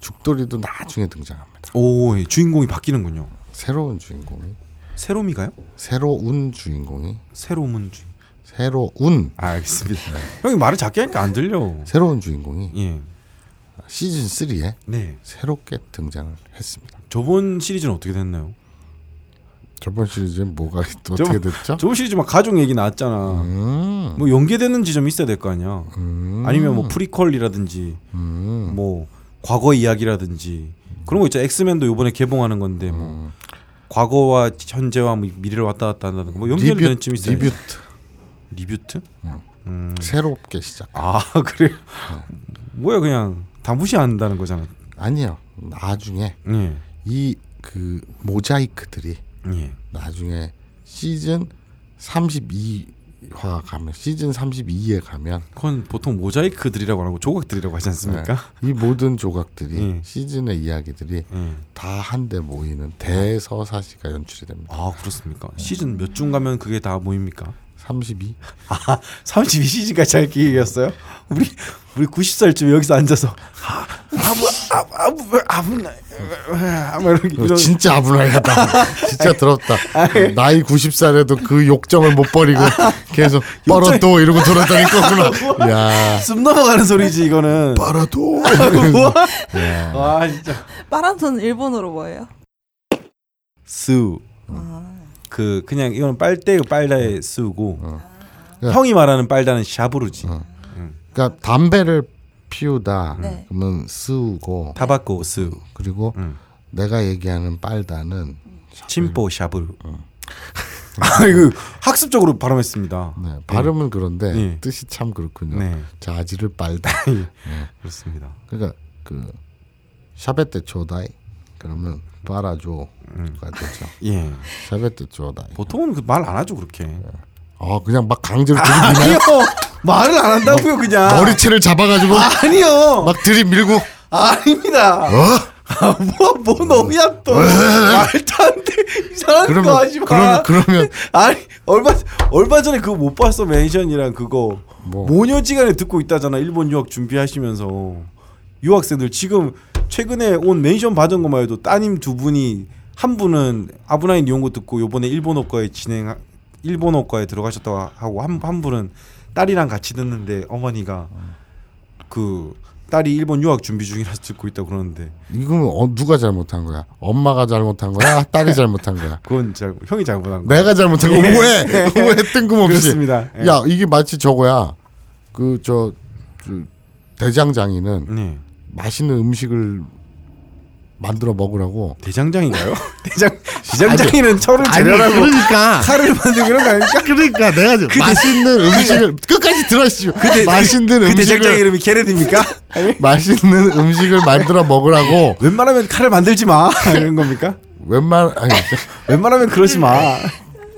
Speaker 4: 죽돌이도 나중에 등장합니다.
Speaker 2: 오 예. 주인공이 바뀌는군요.
Speaker 4: 새로운 주인공이
Speaker 2: 새롬이가요?
Speaker 4: 새로운 주인공이
Speaker 2: 새로운 주인.
Speaker 4: 새로운
Speaker 2: 아, 알겠습니다. 형이 말을 작게 하니까 안 들려.
Speaker 4: 새로운 주인공이
Speaker 2: 예.
Speaker 4: 시즌 3에
Speaker 2: 네.
Speaker 4: 새롭게 등장을 했습니다.
Speaker 2: 저번 시리즈는 어떻게 됐나요?
Speaker 4: 저번 시리즈는 뭐가 또
Speaker 2: 좀-
Speaker 4: 어떻게 됐죠?
Speaker 2: 저번 시리즈 막 가족 얘기 나왔잖아.
Speaker 4: 음,
Speaker 2: 뭐 연계되는 지점이 있어야 될 거 아니야. 아니면 뭐 프리퀄이라든지
Speaker 4: 음.
Speaker 2: 뭐 과거 이야기라든지 그런 거 있죠. 엑스맨도 요번에 개봉하는 건데 뭐
Speaker 4: 음.
Speaker 2: 과거와 현재와 뭐 미래를 왔다 갔다 한다는 거. 뭐 연결되는
Speaker 4: 리뷰,
Speaker 2: 지점이 있어요. 음.
Speaker 4: 리뷰트
Speaker 2: 리뷰트?
Speaker 4: 새롭게 시작.
Speaker 2: 아 <laughs> 그래. 뭐야 그냥 다 무시한다는 거잖아.
Speaker 4: 아니요 나중에
Speaker 2: 예.
Speaker 4: 이 그 모자이크들이
Speaker 2: 예.
Speaker 4: 나중에 시즌 32화 가면 시즌 32에 가면
Speaker 2: 그건 보통 모자이크들이라고 안 하고 조각들이라고 하지 않습니까?
Speaker 4: 이 모든 조각들이
Speaker 2: 네. 음.
Speaker 4: 시즌의 이야기들이
Speaker 2: 예.
Speaker 4: 다 한데 모이는 대서사시가 연출이 됩니다.
Speaker 2: 아 그렇습니까? 시즌 몇 중 가면 그게 다 모입니까?
Speaker 4: 32
Speaker 2: 아, <laughs> 32시즌까지 할 기획이었어요? 우리 우리 90살쯤 여기서 앉아서 아, 아부 아부 아부 아부나 아마 이렇게
Speaker 4: 이거
Speaker 2: 이런
Speaker 4: 진짜
Speaker 2: <laughs>
Speaker 4: 아브라야다. 진짜 더럽다. 나이 90살에도 그 욕정을 못
Speaker 2: <laughs>
Speaker 4: 버리고 계속 뻘어도 이러고 돌아다닐
Speaker 2: 뭐?
Speaker 4: 거구나. 야,
Speaker 2: 숨 넘어가는 소리지 이거는.
Speaker 4: 뻘어도.
Speaker 2: 뭐? 와 진짜.
Speaker 5: 빠란 손 일본어로 뭐예요?
Speaker 2: 수. 어. 그 그냥 이건 빨대고 빨다에 쓰고
Speaker 4: 야.
Speaker 2: 형이 말하는 빨다는 샤브루지
Speaker 4: 그러니까 담배를 피우다.
Speaker 2: 음.
Speaker 5: 네.
Speaker 4: 그러면 쓰우고
Speaker 2: 타바코 수
Speaker 4: 그리고
Speaker 2: 음.
Speaker 4: 내가 얘기하는 빨다는 음.
Speaker 2: 침포 샤브루
Speaker 4: 어.
Speaker 2: <laughs> 아 이거 학습적으로 발음했습니다
Speaker 4: 네, 발음은 그런데
Speaker 2: 네.
Speaker 4: 뜻이 참 그렇군요.
Speaker 2: 네
Speaker 4: 자지를 빨다.
Speaker 2: 그렇습니다
Speaker 4: 그러니까 그 샤베테 초다이 그러면 빨아줘가 되죠.
Speaker 2: 예
Speaker 4: 샤베테 초다이.
Speaker 2: 보통은 말 안 하죠 그렇게
Speaker 4: 아 그냥 막 강제로 들이밀
Speaker 2: 아니요 어, 말을 안 한다고요 그냥
Speaker 4: 머리채를 어? 잡아가지고
Speaker 2: 아니요
Speaker 4: 막 들이밀고 어?
Speaker 2: 아닙니다 <laughs> 뭐, 뭐 너무야 또 말도 안돼 이상한 거
Speaker 4: 어? 그러면
Speaker 2: 하지 마
Speaker 4: 그러면 그러면
Speaker 2: 아니 얼마 얼마 전에 그거 못 봤어 맨션이랑 그거
Speaker 4: 뭐.
Speaker 2: 모녀지간에 듣고 있다잖아 일본 유학 준비하시면서 유학생들 지금 최근에 온 맨션 받은 것만 해도 따님 두 분이 한 분은 아브나인 이용고 듣고 요번에 일본어과에 진행 일본어과에 들어가셨다고 하고 한, 한 분은 딸이랑 같이 듣는데 어머니가 그 딸이 일본 유학 준비 중이라서 듣고 있다 고 그러는데
Speaker 4: 이거는 어, 누가 잘못한 거야? 엄마가 잘못한 거야? 딸이 잘못한 거야?
Speaker 2: 그건 잘 형이 잘못한 거야
Speaker 4: 내가 잘못한 거야? 왜? 왜 뜬금없이?
Speaker 2: 네. 그렇습니다. 예.
Speaker 4: 야 이게 마치 저거야. 그 저 대장장이는
Speaker 2: 네
Speaker 4: 맛있는 음식을 만들어 먹으라고.
Speaker 2: 대장장인가요 <laughs> 대장 대장장이는 철을
Speaker 4: 아니,
Speaker 2: 재려라고
Speaker 4: 그러니까
Speaker 2: 칼을 만들고 그런 거 아닙니까?
Speaker 4: 그러니까 내가 좀 맛있는 음식을 <laughs> 끝까지 들어주시오.
Speaker 2: 대-
Speaker 4: 맛있는
Speaker 2: 그 대장장
Speaker 4: 음식을
Speaker 2: 이름이 게레드입니까? 아니,
Speaker 4: 맛있는 음식을 만들어 먹으라고
Speaker 2: <laughs> 웬만하면 칼을 만들지 마 <laughs> 이런 겁니까?
Speaker 4: 웬만 아니
Speaker 2: 웬만하면 그러지 마.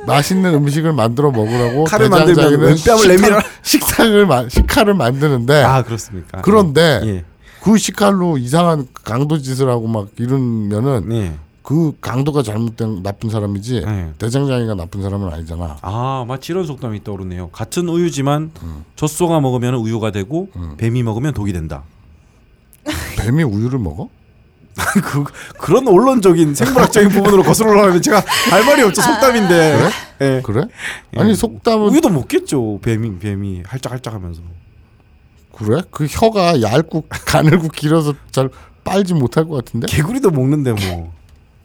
Speaker 4: 맛있는 음식을 만들어 먹으라고
Speaker 2: 칼을
Speaker 4: 대장장이는
Speaker 2: 만들면 왼뺨을
Speaker 4: 식칼-
Speaker 2: 내밀어라.
Speaker 4: 식탁을 마, 식칼을 만드는데
Speaker 2: 아 그렇습니까?
Speaker 4: 그런데
Speaker 2: 예,
Speaker 4: 그 식칼로 이상한 강도 짓을 하고 막 이러면은
Speaker 2: 예.
Speaker 4: 그 강도가 잘못된 나쁜 사람이지
Speaker 2: 네.
Speaker 4: 대장장이가 나쁜 사람은 아니잖아.
Speaker 2: 아 마치 이런 속담이 떠오르네요. 같은 우유지만
Speaker 4: 음.
Speaker 2: 젖소가 먹으면 우유가 되고 뱀이 먹으면 독이 된다.
Speaker 4: 뱀이 우유를 먹어?
Speaker 2: 그, 그런 원론적인 생물학적인 부분으로 거슬러 올라가면 제가 할 말이 없죠 속담인데. 예.
Speaker 4: 아. 그래? 아니 속담은
Speaker 2: 우유도 먹겠죠 뱀이 뱀이 할짝할짝하면서.
Speaker 4: 그래? 그 혀가 얇고 가늘고 길어서 잘 빨지 못할 것 같은데?
Speaker 2: 개구리도 먹는데 뭐.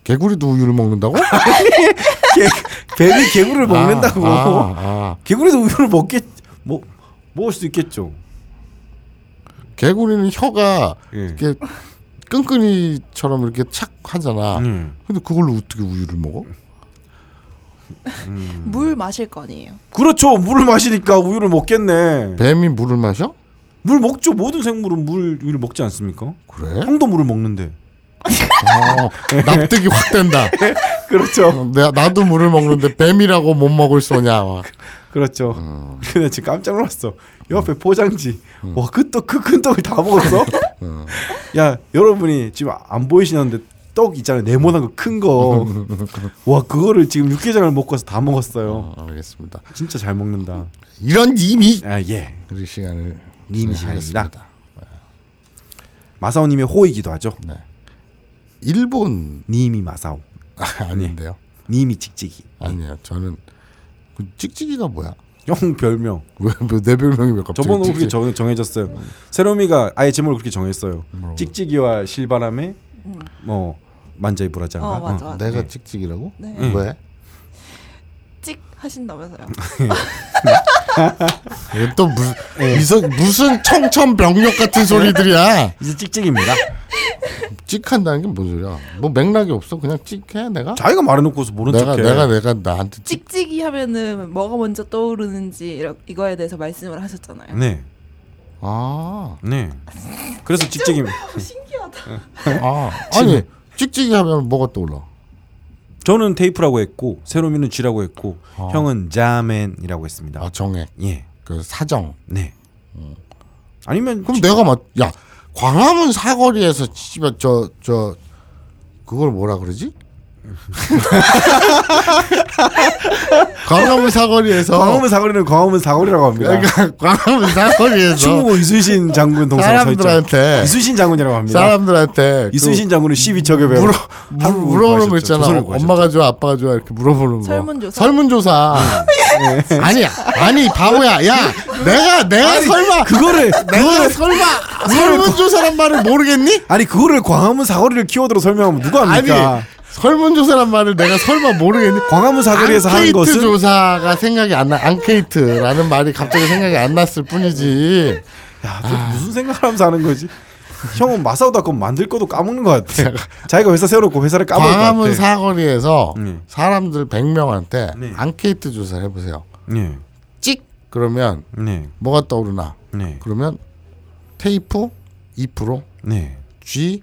Speaker 4: 개구리도 <laughs> 우유를 먹는다고?
Speaker 2: 개, <laughs> 뱀이 개구리를 먹는다고.
Speaker 4: 아, 아, 아.
Speaker 2: 개구리도 우유를 먹겠 뭐 먹을 수도 있겠죠.
Speaker 4: 개구리는 혀가
Speaker 2: 예.
Speaker 4: 이렇게 끈끈이처럼 이렇게 착 하잖아.
Speaker 2: 음.
Speaker 4: 근데 그걸로 어떻게 우유를 먹어?
Speaker 2: 음.
Speaker 5: 물 마실 거 아니에요.
Speaker 2: 그렇죠. 물을 마시니까 우유를 먹겠네.
Speaker 4: 뱀이 물을 마셔?
Speaker 2: 물 먹죠. 모든 생물은 물 우유를 먹지 않습니까?
Speaker 4: 그래?
Speaker 2: 형도 물을 먹는데.
Speaker 4: 어, 납득이 확 된다.
Speaker 2: <laughs> 그렇죠.
Speaker 4: 어, 내 나도 물을 먹는데 뱀이라고 못 먹을 소냐? 어, 막.
Speaker 2: 그렇죠. 근데 지금 깜짝 놀랐어. 옆에 포장지. 와, 그떡그큰 떡을 다 음. <laughs> 먹었어? 야, 여러분이 지금 안 보이시는데 떡 있잖아요. 네모난 거 큰 <laughs> 거. 와, 그거를 지금 육개장을 먹고 와서 다 먹었어요.
Speaker 4: 어, 알겠습니다.
Speaker 2: 진짜 잘 먹는다.
Speaker 4: 이런 이미
Speaker 2: 아, 예.
Speaker 4: 우리 시간을
Speaker 2: 이미
Speaker 4: 진행하겠습니다.
Speaker 2: 마사오 님의 호이기도 하죠.
Speaker 4: 일본
Speaker 2: 님이 마사오.
Speaker 4: 아, 아닌데요?
Speaker 2: 님이 직직이.
Speaker 4: 아니에요. 저는 그 찍찍이가 뭐야? <laughs>
Speaker 2: 형 별명.
Speaker 4: 왜내 별명이 왜 갑자기
Speaker 2: 어, 저번 에 그렇게
Speaker 4: 찍찍이?
Speaker 2: 정, 정해졌어요. 세롬이가 아예 제목을 그렇게 정했어요. 찍찍이와 실바람의 뭐 만자이 브라자가
Speaker 5: 음. 어 맞아. 맞아.
Speaker 2: 네.
Speaker 4: 네. 내가 찍찍이라고?
Speaker 5: 네.
Speaker 4: 왜?
Speaker 2: 음. <laughs>
Speaker 5: 하신다면서요.
Speaker 4: 이게 네, 또 <laughs> 무슨 이성- 무슨 청천벽력 같은 소리들이야.
Speaker 2: 이제 찍찍입니다.
Speaker 4: 찍한다는 게 뭔 소리야? 뭐 맥락이 없어. 그냥 찍해 내가.
Speaker 2: 자기가 말해놓고서 모른
Speaker 4: 내가
Speaker 2: 척해.
Speaker 4: 내가 내가 나한테 찍.
Speaker 5: 찍찍이 하면은 뭐가 먼저 떠오르는지 이러- 이거에 대해서 말씀을 하셨잖아요.
Speaker 2: 네,
Speaker 4: 아,
Speaker 2: 네. 그래서 찍찍이
Speaker 5: 신기하다.
Speaker 4: 아 아니 찍찍이 하면 뭐가 떠올라?
Speaker 2: 저는 테이프라고 했고 세로미는 쥐라고 했고 형은 자맨이라고 했습니다.
Speaker 4: 아 정액,
Speaker 2: 예,
Speaker 4: 그 사정.
Speaker 2: 네. 아니면
Speaker 4: 그럼
Speaker 2: 지-
Speaker 4: 내가 막야 광화문 사거리에서 씨발 저저 그걸 뭐라 그러지? <laughs> 광화문 사거리에서
Speaker 2: 광화문 사거리는 광화문 사거리라고 합니다.
Speaker 4: 그러니까 광화문 사거리에서
Speaker 2: 충무고 이순신 장군 동상 서
Speaker 4: 사람들한테-
Speaker 2: 있죠. 이순신 장군이라고 합니다.
Speaker 4: 사람들한테 그
Speaker 2: 이순신 장군은 12척에 배워.
Speaker 4: 물어 물, 물어보는 거 있잖아. 엄마가 좋아, 아빠가 좋아 이렇게 물어보는 거.
Speaker 5: 설문조사.
Speaker 4: 설문조사.
Speaker 2: 음.
Speaker 4: 아니 아니 바보야, 야 내가 내가 설마 <laughs>
Speaker 2: 그거를
Speaker 4: 내가 설마 설문조사란 말을 모르겠니?
Speaker 2: 아니 그거를 광화문 사거리를 키워드로 설명하면 누가
Speaker 4: 아니
Speaker 2: 합니까?
Speaker 4: 설문조사란 말을 내가 설마 모르겠니?
Speaker 2: 광화문 <laughs> 사거리에서 하는
Speaker 4: 앙케이트
Speaker 2: 것은
Speaker 4: 조사가 생각이 안 나. 앙케이트라는 말이 갑자기 생각이 안 났을 뿐이지. 아.
Speaker 2: 야, 또 무슨 생각을 하면서 하는 거지? 형은 마사오다 그건 만들 것도 까먹는 것 같아. 자기가 회사 세워놓고 회사를 까먹을 것 같아. 뭐,
Speaker 4: 광화문 사거리에서
Speaker 2: 네.
Speaker 4: 사람들 100명한테
Speaker 2: 네.
Speaker 4: 앙케이트 조사를 해보세요.
Speaker 2: 네,
Speaker 4: 찍 그러면
Speaker 2: 네,
Speaker 4: 뭐가 떠오르나?
Speaker 2: 네,
Speaker 4: 그러면 테이프 2%,
Speaker 2: 네,
Speaker 4: G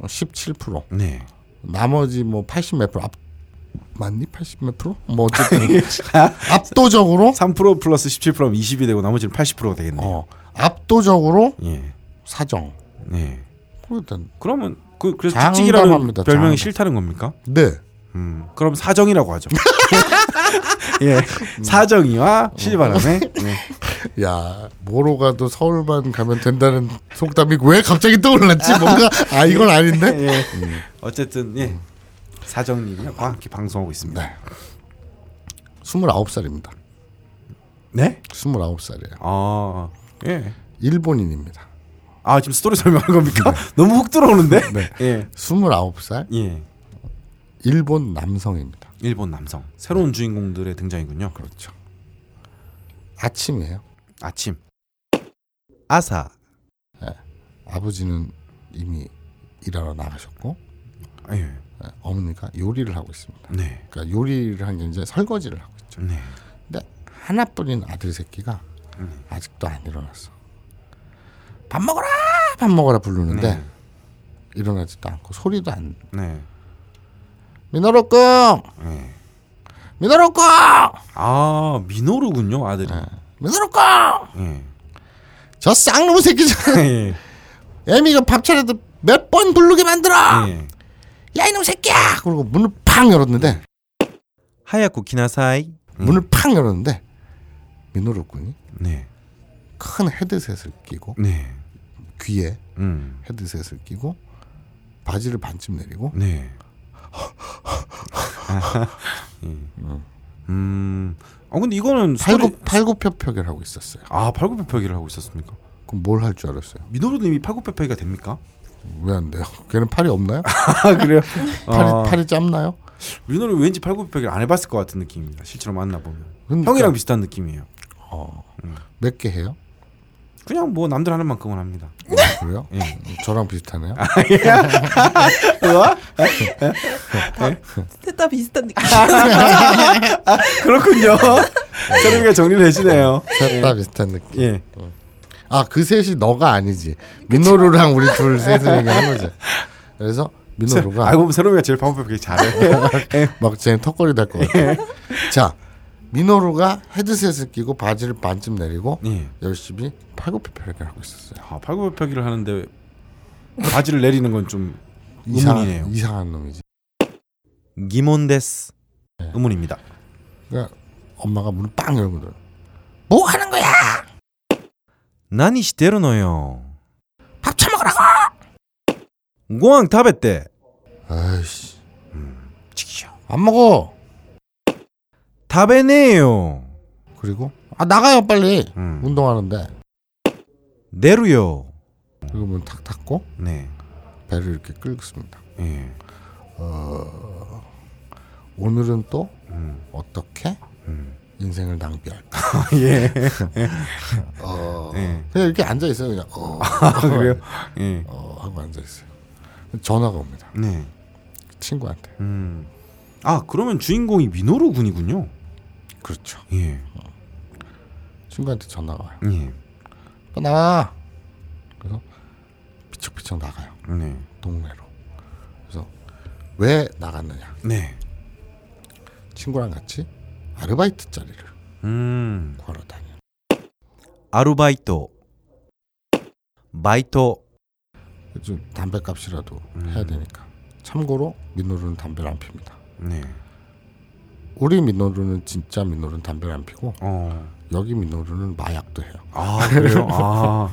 Speaker 4: 17%,
Speaker 2: 네.
Speaker 4: 나머지 뭐 80 몇 프로 앞 맞니? 80 몇 프로? 뭐
Speaker 2: <laughs>
Speaker 4: 어쨌든 압도적으로
Speaker 2: 3% 플러스 17%면 20이 되고 나머지는 80%가 되겠네. 요
Speaker 4: 어 압도적으로
Speaker 2: 예,
Speaker 4: 사정.
Speaker 2: 네.
Speaker 4: 그렇단.
Speaker 2: 그러면 그 그래서
Speaker 4: 장담합니다,
Speaker 2: 찍찍이라는
Speaker 4: 장담.
Speaker 2: 별명이 싫다는 겁니까?
Speaker 4: 네.
Speaker 2: 음, 그럼 사정이라고 하죠. <laughs> 예, 사정이와 실바람에 어. <laughs> 네.
Speaker 4: 야 뭐로 가도 서울만 가면 된다는 속담이 왜 갑자기 떠올랐지? 뭔가 아 이건 아닌데.
Speaker 2: 예. 어쨌든 예. 아, 사정님이랑 함께 방송하고 있습니다.
Speaker 4: 네. 29살입니다.
Speaker 2: 네?
Speaker 4: 29살이에요.
Speaker 2: 아 예.
Speaker 4: 일본인입니다.
Speaker 2: 아 지금 스토리 설명하는 겁니까? 너무 훅 들어오는데. 예.
Speaker 4: 29살
Speaker 2: 네. 예.
Speaker 4: 일본 남성입니다.
Speaker 2: 일본 남성 새로운 주인공들의 등장이군요.
Speaker 4: 그렇죠. 아침이에요.
Speaker 2: 아침. 아사.
Speaker 4: 아버지는 이미 일하러 나가셨고
Speaker 2: 예.
Speaker 4: 예, 어머니가 요리를 하고 있습니다.
Speaker 2: 네.
Speaker 4: 그러니까 요리를 한 게 이제 설거지를 하고 있죠.
Speaker 2: 네.
Speaker 4: 근데 하나뿐인 아들 새끼가 아직도 안 일어났어. 밥 먹어라, 밥 먹어라 부르는데
Speaker 2: 네.
Speaker 4: 일어나지도 않고 소리도 안.
Speaker 2: 네.
Speaker 4: 미나로꿍,
Speaker 2: 네.
Speaker 4: 미나로꿍,
Speaker 2: 아 미노루군요 아들이.
Speaker 4: 미나로꿍.
Speaker 2: 예.
Speaker 4: 저 쌍놈 새끼잖아.
Speaker 2: 예.
Speaker 4: <laughs> 애미가 밥 차려도 몇 번 부르게 만들어.
Speaker 2: 예.
Speaker 4: 야 이놈 새끼야. 그러고 문을 팡
Speaker 2: 네.
Speaker 4: 열었는데
Speaker 2: 하야쿠 키나사이.
Speaker 4: 문을 팡 열었는데 미노루꾼이
Speaker 2: 네.
Speaker 4: 큰 헤드셋을 끼고
Speaker 2: 네.
Speaker 4: 귀에
Speaker 2: 음.
Speaker 4: 헤드셋을 끼고 바지를 반쯤 내리고 <laughs>
Speaker 2: 네. 예. 음. 아 근데 이거는 스토리-
Speaker 4: 어. 팔굽 팔굽혀펴기를 하고 있었어요.
Speaker 2: 아 팔굽혀펴기를 하고 있었습니까?
Speaker 4: 그럼 뭘 할 줄 알았어요?
Speaker 2: 민호루님이 팔굽혀펴기가
Speaker 4: <laughs>
Speaker 2: 됩니까?
Speaker 4: 왜 안 돼요? <laughs> 걔는 팔이 없나요?
Speaker 2: 아 그래요?
Speaker 4: 팔이
Speaker 2: 아,
Speaker 4: 팔이 짧나요?
Speaker 2: <laughs> 민호루 왠지 팔굽혀펴기를 안 해봤을 것 같은 느낌입니다. 실제로 만나 보면
Speaker 4: 그러니까.
Speaker 2: 형이랑 음. 비슷한 느낌이에요.
Speaker 4: 몇 개 해요?
Speaker 2: 그냥 뭐 남들 하는 만큼은
Speaker 4: <laughs>
Speaker 2: 합니다.
Speaker 4: 아, 그래요?
Speaker 2: 예.
Speaker 4: 저랑 비슷하네요.
Speaker 2: 아,
Speaker 5: 셋다 비슷한 느낌.
Speaker 2: 아. <laughs> 그렇군요. 세롬이가 정리를
Speaker 4: <laughs>
Speaker 2: 해주네요.
Speaker 4: 셋다 비슷한 느낌.
Speaker 2: 예.
Speaker 4: 아 그 셋이 너가 아니지. 민호루랑 우리 둘 셋을 얘기한
Speaker 2: <laughs>
Speaker 4: 거지. 그래서 민호루가
Speaker 2: 알고 보면 세롬이가 아, 제일 팔굽혀펴기
Speaker 4: <laughs>
Speaker 2: 잘해. 예.
Speaker 4: 막 쟤는 턱걸이 될 것 같아. 자, 민호루가 헤드셋을 끼고 바지를 반쯤 내리고
Speaker 2: 예.
Speaker 4: 열심히 팔굽혀펴기를 하고 있었어요.
Speaker 2: 아, 팔굽혀펴기를 하는데 바지를 내리는 건 좀 의문이네요.
Speaker 4: 이상한, 이상한 놈이지.
Speaker 2: 기몬데스 의문입니다.
Speaker 4: 그러니까 엄마가 문을 빵 열고 들어. 뭐 하는 거야?
Speaker 2: 나니 시테르노요.
Speaker 4: 밥 처먹으라고.
Speaker 2: 고항 타베떼.
Speaker 4: 아이씨, 음.
Speaker 2: 치키쇼.
Speaker 4: 안 먹어.
Speaker 2: 타베네요.
Speaker 4: 그리고 아 나가요 빨리.
Speaker 2: 음.
Speaker 4: 운동하는데.
Speaker 2: 내루요.
Speaker 4: 그리고 문탁 닫고
Speaker 2: 네.
Speaker 4: 배를 이렇게 긁습니다.
Speaker 2: 예.
Speaker 4: 오늘은 또
Speaker 2: 음.
Speaker 4: 어떻게 인생을 낭비할까.
Speaker 2: <laughs> 예.
Speaker 4: 어,
Speaker 2: 예.
Speaker 4: 그냥 이렇게 앉아 있어요. 그냥 어,
Speaker 2: 그래요? 예.
Speaker 4: 어 하고 앉아 있어요. 전화가 옵니다.
Speaker 2: 네.
Speaker 4: 친구한테.
Speaker 2: 음. 아 그러면 주인공이 미노루 군이군요.
Speaker 4: 그렇죠.
Speaker 2: 예.
Speaker 4: 친구한테 전화가 와요.
Speaker 2: 예.
Speaker 4: 오빠 나와. 그래서 비척비척 나가요.
Speaker 2: 네.
Speaker 4: 동네로. 그래서 왜 나갔느냐?
Speaker 2: 네.
Speaker 4: 친구랑 같이 아르바이트 자리를
Speaker 2: 음.
Speaker 4: 구하러 다녀. 요
Speaker 2: 아르바이트. 바이트.
Speaker 4: 요즘 담배 값이라도 해야 되니까. 참고로 민호루는 담배를 안 핍니다.
Speaker 2: 네.
Speaker 4: 우리 민호루는 진짜 민호루는 담배를 안 피고
Speaker 2: 어.
Speaker 4: 여기 민호루는 마약도 해요.
Speaker 2: 아 그래요? <laughs> 아.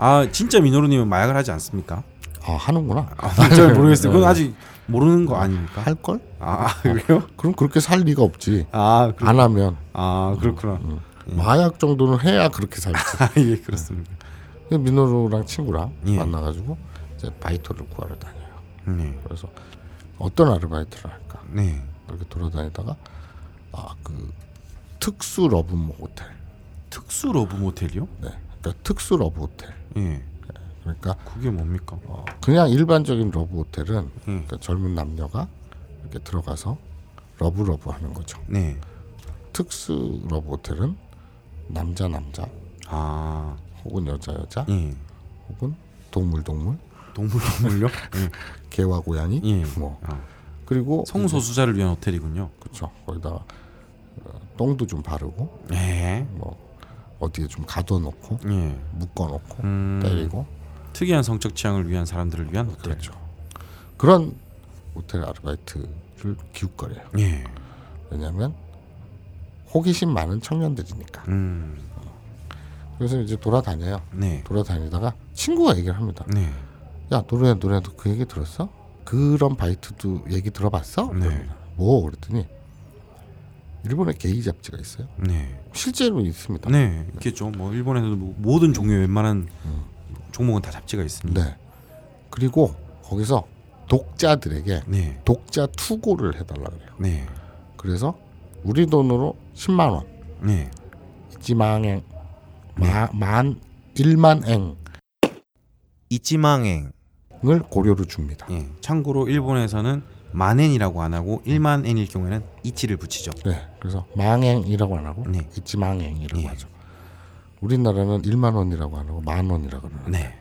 Speaker 2: 아 진짜 미노루님은 마약을 하지 않습니까?
Speaker 4: 아 하는구나.
Speaker 2: 아, 잘 모르겠어요. 그건 아직 모르는 거 아닙니까?
Speaker 4: 할 걸?
Speaker 2: 아 그래요?
Speaker 4: 그럼 그렇게 살 리가 없지.
Speaker 2: 아, 그렇,
Speaker 4: 안 하면
Speaker 2: 아 그렇구나.
Speaker 4: 음. 마약 정도는 해야 그렇게 <laughs> 살지.
Speaker 2: 아, 예 그렇습니다.
Speaker 4: 그래서 민호루랑 친구랑
Speaker 2: 예.
Speaker 4: 만나가지고 이제 바이토를 구하러 다녀요.
Speaker 2: 네.
Speaker 4: 그래서 어떤 아르바이트를 할까?
Speaker 2: 네.
Speaker 4: 이렇게 돌아다니다가 아 그 특수 러브 모텔.
Speaker 2: 특수 러브 모텔이요?
Speaker 4: 네. 그러니까 특수 러브 호텔.
Speaker 2: 예.
Speaker 4: 그러니까
Speaker 2: 그게 뭡니까?
Speaker 4: 어, 그냥 일반적인 러브 호텔은
Speaker 2: 음.
Speaker 4: 그러니까 젊은 남녀가 이렇게 들어가서 러브 러브 하는 거죠.
Speaker 2: 네.
Speaker 4: 특수 러브 호텔은 남자 남자
Speaker 2: 아.
Speaker 4: 혹은 여자 여자
Speaker 2: 예.
Speaker 4: 혹은 동물 동물
Speaker 2: 동물 동물요? 예.
Speaker 4: 개와 고양이
Speaker 2: 예.
Speaker 4: 뭐
Speaker 2: 아.
Speaker 4: 그리고
Speaker 2: <laughs> 성소수자를 위한 호텔이군요.
Speaker 4: 그렇죠. 거기다가 어, 똥도 좀 바르고
Speaker 2: 예.
Speaker 4: 뭐 어디에 좀 가둬놓고
Speaker 2: 예.
Speaker 4: 묶어놓고
Speaker 2: 음.
Speaker 4: 때리고
Speaker 2: 특이한 성적 취향을 위한 사람들을 위한 호텔.
Speaker 4: 그렇죠. 그런 호텔 아르바이트를 기웃거려요.
Speaker 2: 예.
Speaker 4: 왜냐하면 호기심 많은 청년들이니까.
Speaker 2: 음.
Speaker 4: 그래서 이제 돌아다녀요.
Speaker 2: 네.
Speaker 4: 돌아다니다가 친구가 얘기를 합니다.
Speaker 2: 네.
Speaker 4: 야 노래 노래 너그 얘기 들었어? 그런 바이트도 얘기 들어봤어?
Speaker 2: 네.
Speaker 4: 그럽니다. 뭐 그랬더니 일본에 게이 잡지가 있어요.
Speaker 2: 네.
Speaker 4: 실제로 있습니다.
Speaker 2: 네. 있겠죠. 뭐 일본에서도 뭐 모든 종류의 웬만한 종목은 다 잡지가 있습니다.
Speaker 4: 네. 그리고 거기서 독자들에게
Speaker 2: 네.
Speaker 4: 독자 투고를 해달라 그래요.
Speaker 2: 네.
Speaker 4: 그래서 우리 돈으로 10만 원,
Speaker 2: 네.
Speaker 4: 이지망행, 마, 만 1만
Speaker 2: 이치망행.
Speaker 4: 행을 고려로 줍니다.
Speaker 2: 예. 참고로 일본에서는 만엔이라고 안 하고 일만 엔일 경우에는 이치를 붙이죠.
Speaker 4: 네, 그래서 망행이라고 안 하고 그
Speaker 2: 네.
Speaker 4: 있지 망행이라고
Speaker 2: 예.
Speaker 4: 하죠. 우리나라는 1만 원이라고 안 하고 만 원이라고 그러는
Speaker 2: 네.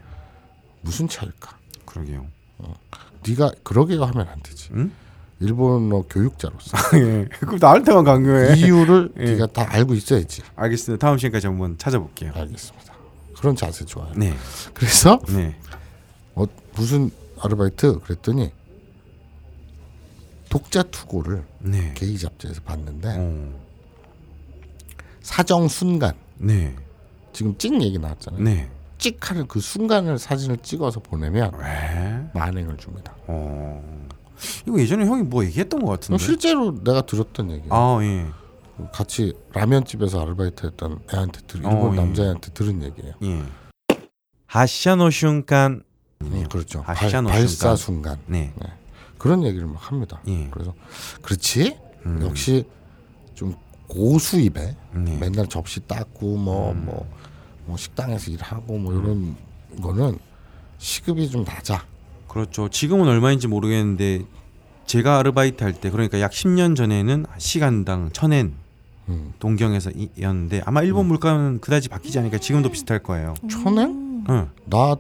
Speaker 4: 무슨 차일까?
Speaker 2: 그러게요.
Speaker 4: 네가 그러게가 하면 안 되지.
Speaker 2: 응?
Speaker 4: 일본어 교육자로서
Speaker 2: <laughs> 예. 그럼 나한테만 강요해.
Speaker 4: 이유를
Speaker 2: <laughs> 예.
Speaker 4: 네가 다 알고 있어야지.
Speaker 2: 알겠습니다. 다음 시간까지 한번 찾아볼게요.
Speaker 4: 알겠습니다. 그런 자세 좋아요.
Speaker 2: 네.
Speaker 4: 그래서
Speaker 2: 네.
Speaker 4: 어, 무슨 아르바이트 그랬더니 독자 투고를
Speaker 2: 네.
Speaker 4: 게이 잡지에서 봤는데
Speaker 2: 어.
Speaker 4: 사정 순간
Speaker 2: 네.
Speaker 4: 지금 찍 얘기 나왔잖아요.
Speaker 2: 네.
Speaker 4: 찍하는 그 순간을 사진을 찍어서 보내면
Speaker 2: 왜?
Speaker 4: 만행을 줍니다.
Speaker 2: 어. 이거 예전에 형이 뭐 얘기했던 것
Speaker 4: 그럼
Speaker 2: 같은데.
Speaker 4: 실제로 내가 들었던 얘기예요.
Speaker 2: 아, 예.
Speaker 4: 같이 라면집에서 아르바이트했던 애한테 들 일본
Speaker 2: 어, 예.
Speaker 4: 남자애한테 들은 얘기예요.
Speaker 2: 예. 하샤노 슌칸.
Speaker 4: 음, 그렇죠. 발,
Speaker 2: 아시아노
Speaker 4: 발사 순간
Speaker 2: 네.
Speaker 4: 그런 얘기를 막 합니다.
Speaker 2: 예.
Speaker 4: 그래서 그렇지
Speaker 2: 음.
Speaker 4: 역시 좀 고수 입에
Speaker 2: 네. 음.
Speaker 4: 맨날 접시 닦고 뭐 뭐 식당에서 일하고 뭐 이런 거는 시급이 좀 낮아.
Speaker 2: 그렇죠. 지금은 얼마인지 모르겠는데 제가 아르바이트 할 때 그러니까 약 10년 전에는 시간당 1000엔
Speaker 4: 음.
Speaker 2: 동경에서 이- 이었는데 아마 일본 물가는 그다지 바뀌지 않으니까 지금도 비슷할 거예요.
Speaker 4: 천엔?
Speaker 2: 응.
Speaker 4: 나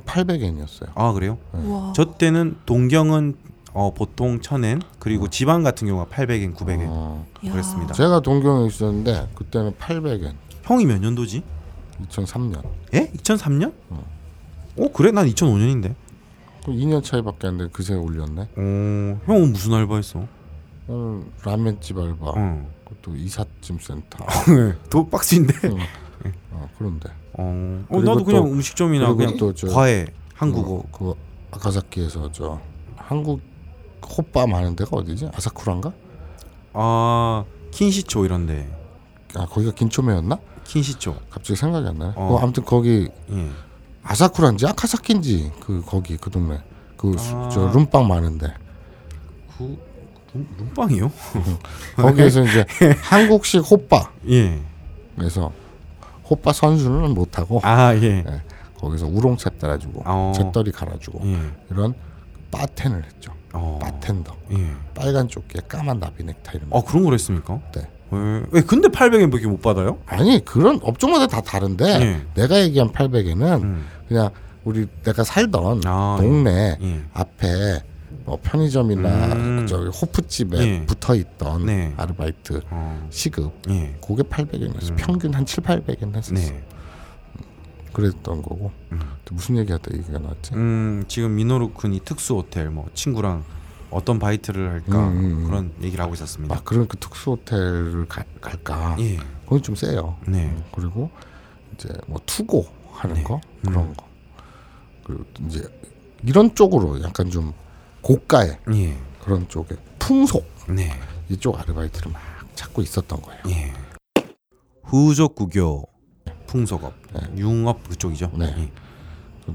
Speaker 2: 쌩엔.
Speaker 4: 800엔이었어요.
Speaker 2: 아, 그래요?
Speaker 5: 와.
Speaker 2: 저 때는 동경은 어, 보통 1000엔 그리고 지방 같은 경우가 800엔, 900엔 그랬습니다.
Speaker 4: 제가 동경에 있었는데 그때는 800엔.
Speaker 2: 형이 몇 년도지?
Speaker 4: 2003년.
Speaker 2: 예? 2003년? 어 그래? 난 2005년인데.
Speaker 4: 그 2년 차이밖에 안 돼. 그새 올렸네.
Speaker 2: 어, 형은 무슨 알바했어?
Speaker 4: 나는 라면집 알바,
Speaker 2: 응.
Speaker 4: 그것도 이삿짐
Speaker 2: <laughs>
Speaker 4: 센터.
Speaker 2: 더 빡신데.
Speaker 4: 응. 어, 그런데
Speaker 2: 어, 어,
Speaker 4: 그리고
Speaker 2: 나도 그냥
Speaker 4: 또-
Speaker 2: 음식점이나
Speaker 4: 그리고
Speaker 2: 그냥
Speaker 4: 또 저- 뭐.
Speaker 2: 과외 한국어.
Speaker 4: 그, 그 아카사키에서 저 한국 호빠 많은 데가 어디지? 아사쿠란가?
Speaker 2: 아 킨시초 이런데
Speaker 4: 아 거기가 긴초메였나?
Speaker 2: 킨시초.
Speaker 4: 갑자기 생각이 안 나네.
Speaker 2: 어.
Speaker 4: 어, 아무튼 거기
Speaker 2: 예.
Speaker 4: 아사쿠란지 아카사키인지 그 거기 그 동네 그
Speaker 2: 아.
Speaker 4: 저 룸빵 많은데
Speaker 2: 그 눈- 눈빵이요?
Speaker 4: 거기에서
Speaker 2: <laughs>
Speaker 4: 이제 한국식 호빠에서
Speaker 2: 예.
Speaker 4: 호빠 선수는 못하고
Speaker 2: 아 예.
Speaker 4: 예, 거기서 우롱차 따라주고
Speaker 2: 어.
Speaker 4: 잿더리 갈아주고
Speaker 2: 예.
Speaker 4: 이런 바텐을 했죠.
Speaker 2: 어.
Speaker 4: 바텐더.
Speaker 2: 예.
Speaker 4: 빨간 조끼에 까만 나비 넥타이를
Speaker 2: 아 그런 걸 했습니까?
Speaker 4: 네.
Speaker 2: 예. 왜 근데 800엔밖에 못 받아요?
Speaker 4: 아니 그런 업종마다 다 다른데
Speaker 2: 예.
Speaker 4: 내가 얘기한 800에는
Speaker 2: 음.
Speaker 4: 그냥 우리 내가 살던
Speaker 2: 아,
Speaker 4: 동네
Speaker 2: 예.
Speaker 4: 앞에 뭐 편의점이나
Speaker 2: 음.
Speaker 4: 저기 호프집에
Speaker 2: 예.
Speaker 4: 붙어 있던
Speaker 2: 네.
Speaker 4: 아르바이트
Speaker 2: 어.
Speaker 4: 시급
Speaker 2: 예.
Speaker 4: 그게 800엔이었어 평균 한 7, 800엔 했었어
Speaker 2: 네.
Speaker 4: 그랬던 거고 또 무슨 얘기하다 얘기가 나왔지
Speaker 2: 음 지금 미노루쿤이 특수 호텔 뭐 친구랑 어떤 바이트를 할까
Speaker 4: 음, 음, 음.
Speaker 2: 그런 얘기를 하고 있었습니다.
Speaker 4: 막 그런 그 특수 호텔을 가- 갈까
Speaker 2: 예.
Speaker 4: 그건 좀 세요
Speaker 2: 네.
Speaker 4: 음, 그리고 이제 뭐 투고 하는 거
Speaker 2: 음.
Speaker 4: 그런 거 그리고 또 이제 이런 쪽으로 약간 좀 고가의
Speaker 2: 예.
Speaker 4: 그런 쪽에 풍속
Speaker 2: 네.
Speaker 4: 이쪽 아르바이트를 막 찾고 있었던 거예요.
Speaker 2: 예. 후족구교 풍속업 융업 그쪽이죠.
Speaker 4: 네.
Speaker 2: 예.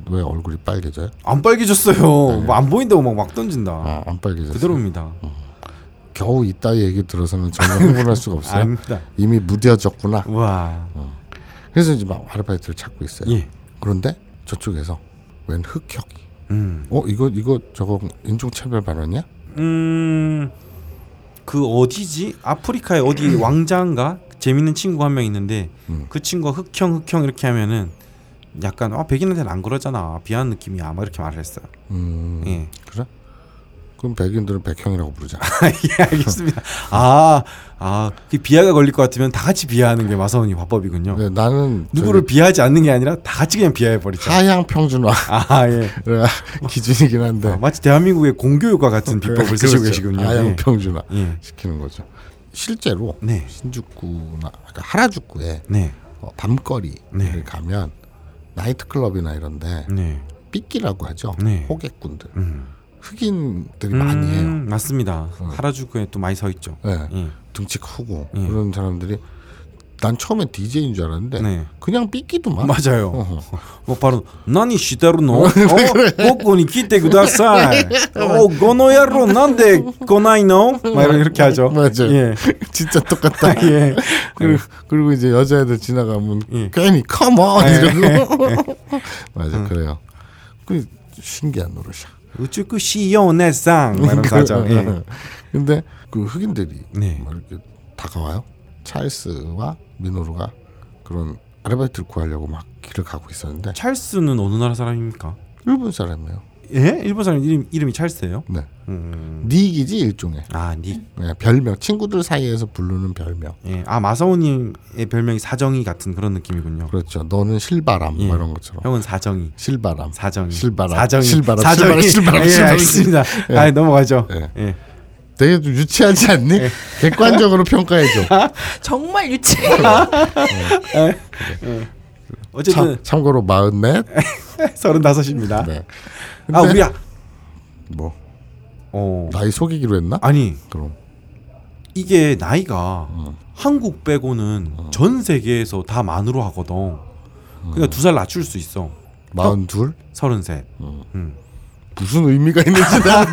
Speaker 4: 왜 얼굴이 빨개져요?
Speaker 2: 안 빨개졌어요. 뭐 안 보인다고 막 막 던진다.
Speaker 4: 네. 아, 안 빨개졌어요.
Speaker 2: 그대로입니다. 음.
Speaker 4: 겨우 이따위 얘기 들어서는 전혀 흥분할
Speaker 2: <laughs>
Speaker 4: 수가 없어요.
Speaker 2: 아닙니다.
Speaker 4: 이미 무뎌졌구나.
Speaker 2: 음. 와.
Speaker 4: 그래서 이제 막 아르바이트를 찾고 있어요.
Speaker 2: 예.
Speaker 4: 그런데 저쪽에서 웬 흑혁이
Speaker 2: 음.
Speaker 4: 어 이거 이거 저거 인종차별 발언이야?
Speaker 2: 음. 그 어디지? 아프리카의
Speaker 4: <clears throat>
Speaker 2: 어디 왕자인가? 재밌는 친구 한 명 있는데
Speaker 4: 음.
Speaker 2: 그 친구가 흑형 흑형 이렇게 하면은 약간 아 백인한테는 안 그러잖아 비하는 느낌이야 막 이렇게 말을 했어요.
Speaker 4: 음
Speaker 2: 예. <laughs>
Speaker 4: 그래? 그럼 백인들은 백형이라고 부르자.
Speaker 2: 예 알겠습니다. 아, 아아그 비하가 걸릴 것 같으면 다 같이 비하하는 게 마사오님 화법이군요.
Speaker 4: 네, 나는
Speaker 2: 누구를
Speaker 4: 저기
Speaker 2: 비하하지 않는 게 아니라 다 같이 그냥 비하해 버리죠.
Speaker 4: 하향 평준화
Speaker 2: 아 예.
Speaker 4: <laughs> 기준이긴 한데
Speaker 2: 아, 마치 대한민국의 공교육과 같은 비법을
Speaker 4: 그렇죠.
Speaker 2: 쓰시고 계시군요.
Speaker 4: 하향
Speaker 2: 예.
Speaker 4: 평준화
Speaker 2: 예.
Speaker 4: 시키는 거죠. 실제로
Speaker 2: 네.
Speaker 4: 신주쿠나 그러니까 하라주쿠에
Speaker 2: 네.
Speaker 4: 어, 밤거리를
Speaker 2: 네.
Speaker 4: 가면 나이트클럽이나 이런데
Speaker 2: 네.
Speaker 4: 삐끼라고 하죠.
Speaker 2: 네.
Speaker 4: 호객꾼들
Speaker 2: 음.
Speaker 4: 흑인들이 많이 해요.
Speaker 2: 음, 맞습니다. 하라주쿠에 또 많이 서 있죠.
Speaker 4: 네.
Speaker 2: 예.
Speaker 4: 등치 크고
Speaker 2: 예.
Speaker 4: 그런 사람들이 난 처음에 DJ인 줄 알았는데
Speaker 2: 네.
Speaker 4: 그냥 삐끼도만
Speaker 2: 맞아요.
Speaker 4: 어허.
Speaker 2: 뭐 바로 나니 <laughs> 시대로노 꼬꼬니 기대 구다사이 오 고노야로 난데 고나이노 막 이런- 이렇게 하죠.
Speaker 4: 맞아요.
Speaker 2: 예.
Speaker 4: <laughs> 진짜
Speaker 2: <laughs>
Speaker 4: 똑같다. 어.
Speaker 2: 예.
Speaker 4: 그리고, 그리고 이제 여자애들 지나가면
Speaker 2: 예. 음.
Speaker 4: 괜히 컴온 이러고 <laughs> 맞아 그래요. 그 신기한 노릇이야. 그, 어.
Speaker 2: 우쭈쿠 시요네상 막 이런 거 하죠. 음, 예.
Speaker 4: 근데 그 흑인들이
Speaker 2: 네.
Speaker 4: 막 이렇게 다가와요. 찰스와 미노루가 그런 아르바이트를 구하려고 막 길을 가고 있었는데
Speaker 2: 찰스는 어느 나라 사람입니까?
Speaker 4: 일본 사람이에요.
Speaker 2: 예? 일본 사람 이름, 이름이 찰스예요?
Speaker 4: 네,
Speaker 2: 음.
Speaker 4: 닉이지 일종의
Speaker 2: 아, 닉.
Speaker 4: 네, 별명 친구들 사이에서 부르는 별명.
Speaker 2: 예. 아, 마사오 님의 별명이 사정이 같은 그런 느낌이군요.
Speaker 4: 그렇죠. 너는 실바람
Speaker 2: 예.
Speaker 4: 뭐 이런 것처럼
Speaker 2: 형은 사정이.
Speaker 4: 실바람.
Speaker 2: 사정이.
Speaker 4: 실바람.
Speaker 2: 사정이.
Speaker 4: 실바람.
Speaker 2: 사정이.
Speaker 4: 실바람. 실바람.
Speaker 2: 예,
Speaker 4: 실바람.
Speaker 2: 알겠습니다. 아, 넘어가죠.
Speaker 4: 예.
Speaker 2: 예.
Speaker 4: 되게 좀 유치하지 않니? 객관적으로 평가해
Speaker 2: 아,
Speaker 4: 줘.
Speaker 5: <laughs> 정말 유치.
Speaker 2: 어쨌든
Speaker 4: 참, 고로 마흔넷.
Speaker 2: <laughs> 35입니다.
Speaker 4: 네.
Speaker 2: 아, 우리야.
Speaker 4: 뭐
Speaker 2: 어.
Speaker 4: 나이 속이기로 했나?
Speaker 2: 아니,
Speaker 4: 그럼
Speaker 2: 이게 나이가
Speaker 4: 음.
Speaker 2: 한국 빼고는 전 세계에서 다 만으로 하거든.
Speaker 4: 음.
Speaker 2: 그러니까 두 살 낮출 수 있어.
Speaker 4: 마흔둘?
Speaker 2: 서른셋.
Speaker 4: 음. 무슨 의미가 있는지 난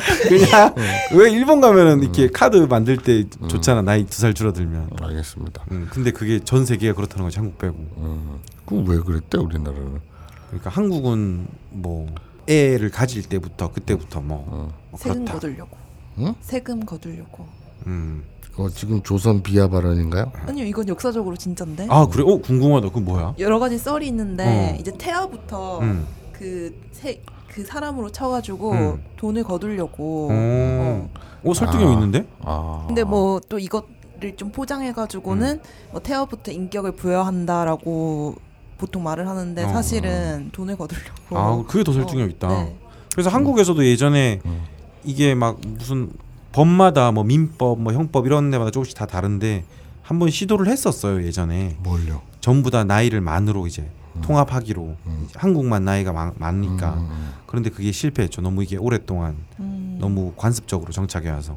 Speaker 2: <laughs>
Speaker 4: <laughs>
Speaker 2: 그냥
Speaker 4: 네.
Speaker 2: 왜 일본 가면은 이렇게
Speaker 4: 음.
Speaker 2: 카드 만들 때 좋잖아. 나이 두 살 줄어들면.
Speaker 4: 알겠습니다.
Speaker 2: 음, 근데 그게 전 세계가 그렇다는 거지 한국 빼고.
Speaker 4: 음, 그왜 그랬대 우리나라는?
Speaker 2: 그러니까 한국은 뭐 애를 가질 때부터 그때부터 뭐, 뭐
Speaker 5: 세금
Speaker 2: 그렇다.
Speaker 5: 거두려고.
Speaker 4: 응?
Speaker 5: 세금 거두려고.
Speaker 2: 음.
Speaker 4: 어, 지금 조선 비하 발언인가요?
Speaker 5: 아니요, 이건 역사적으로 진짠데.
Speaker 2: 아 그래? 어 궁금하다. 그 뭐야?
Speaker 5: 여러 가지 썰이 있는데
Speaker 2: 어.
Speaker 5: 이제 태아부터
Speaker 2: 음.
Speaker 5: 그 세 그 사람으로 쳐가지고
Speaker 2: 음.
Speaker 5: 돈을 거두려고.
Speaker 2: 어. 어 설득력
Speaker 4: 아.
Speaker 2: 있는데?
Speaker 4: 아, 음.
Speaker 5: 근데 뭐 또 이것을 좀 포장해가지고는 뭐 태아부터 인격을 부여한다라고 보통 말을 하는데
Speaker 2: 어.
Speaker 5: 사실은 돈을 거두려고.
Speaker 2: 아 그게 더 설득력
Speaker 5: 어,
Speaker 2: 있다.
Speaker 5: 네.
Speaker 2: 그래서 한국에서도 예전에
Speaker 4: 음.
Speaker 2: 이게 막 무슨 법마다 뭐 민법 뭐 형법 이런 데마다 조금씩 다 다른데 한번 시도를 했었어요 예전에
Speaker 4: 뭘요?
Speaker 2: 전부 다 나이를 만으로 이제 통합하기로
Speaker 4: 음.
Speaker 2: 한국만 나이가 많, 많으니까
Speaker 4: 음, 음.
Speaker 2: 그런데 그게 실패했죠 너무 이게 오랫동안
Speaker 5: 음.
Speaker 2: 너무 관습적으로 정착해 와서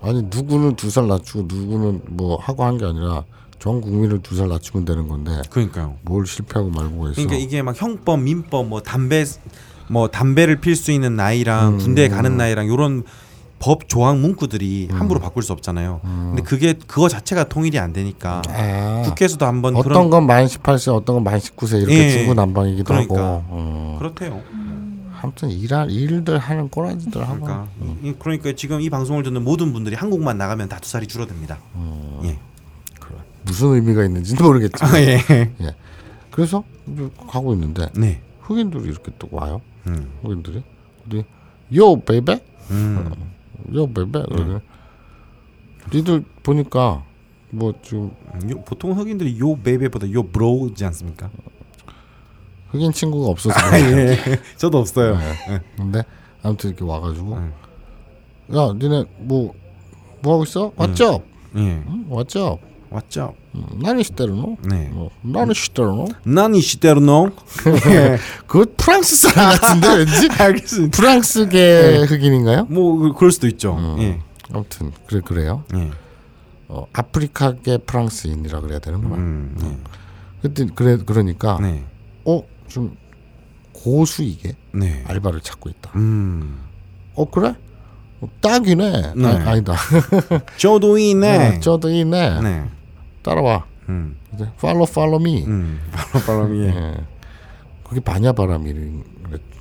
Speaker 4: 아니 누구는 두 살 낮추고 누구는 뭐 하고 한 게 아니라 전 국민을 두 살 낮추면 되는 건데
Speaker 2: 그러니까요
Speaker 4: 뭘 실패하고 말고가 있어?
Speaker 2: 그러니까 이게 막 형법 민법 뭐 담배 뭐 담배를 필 수 있는 나이랑 군대에 가는 나이랑 요런 법 조항 문구들이 함부로 바꿀 수 없잖아요. 근데 그게 그거 자체가 통일이 안 되니까
Speaker 4: 아,
Speaker 2: 국회에서도 한번
Speaker 4: 어떤
Speaker 2: 그런
Speaker 4: 건 만 18세, 어떤 건 만 19세 이렇게
Speaker 2: 예,
Speaker 4: 중구난방이기도
Speaker 2: 그러니까.
Speaker 4: 하고. 음.
Speaker 2: 그렇대요.
Speaker 4: 아무튼 일할 일들 하는 꼬라지들 하고.
Speaker 2: 그러니까 이- 이- 그러니까 지금 이 방송을 듣는 모든 분들이 한국만 나가면 다투살이 줄어듭니다. 예.
Speaker 4: 무슨 의미가 있는지는 모르겠지만.
Speaker 2: 아, <laughs> 예.
Speaker 4: 예. 그래서 이제 가고 있는데
Speaker 2: 네.
Speaker 4: 흑인들이 이렇게 또 와요.
Speaker 2: 음.
Speaker 4: 흑인들이 우리 요 베베 어,
Speaker 2: 음.
Speaker 4: 요 베베 그러네. 니들 보니까 뭐 지금
Speaker 2: 음, 요- 보통 흑인들이 요 베베보다 요 브로우지 않습니까?
Speaker 4: 흑인 친구가 없어서
Speaker 2: 아, 예.
Speaker 4: 그래요.
Speaker 2: <laughs> 저도 없어요. 예.
Speaker 4: 근데 아무튼 이렇게 와가지고
Speaker 2: 음.
Speaker 4: 야 니네 뭐 뭐하고 있어?
Speaker 2: 음.
Speaker 4: 왔죠?
Speaker 2: 예.
Speaker 4: 응? 왔죠?
Speaker 2: 왔죠?
Speaker 4: 나니 시테르노? 어,
Speaker 2: 네.
Speaker 4: 나니 시테르노?
Speaker 2: 난이 시테르노. <laughs>
Speaker 4: 그 프랑스 사람 <laughs> 같은데 왠지
Speaker 2: 알겠습니다.
Speaker 4: 프랑스계 흑인인가요?
Speaker 2: 뭐 그- 그럴 수도 있죠.
Speaker 4: 음.
Speaker 2: 예.
Speaker 4: 네. 아무튼 그래 그래요.
Speaker 2: 예.
Speaker 4: 어, 아프리카계 프랑스인이라 그래야 되는 구나
Speaker 2: 음. 예.
Speaker 4: 그때 그래 그러니까
Speaker 2: 네.
Speaker 4: 어좀 고수익에
Speaker 2: 네.
Speaker 4: 알바를 찾고 있다.
Speaker 2: 음.
Speaker 4: 어 그래? 어, 딱이네.
Speaker 2: 네.
Speaker 4: 아, 아니다.
Speaker 2: 저도 이네.
Speaker 4: 어, 저도 이네.
Speaker 2: 네.
Speaker 4: 따라와.
Speaker 2: 음.
Speaker 4: 이제 follow follow me.
Speaker 2: 음. <laughs> 바로 바로 예.
Speaker 4: 예. 그게 바냐바람이라는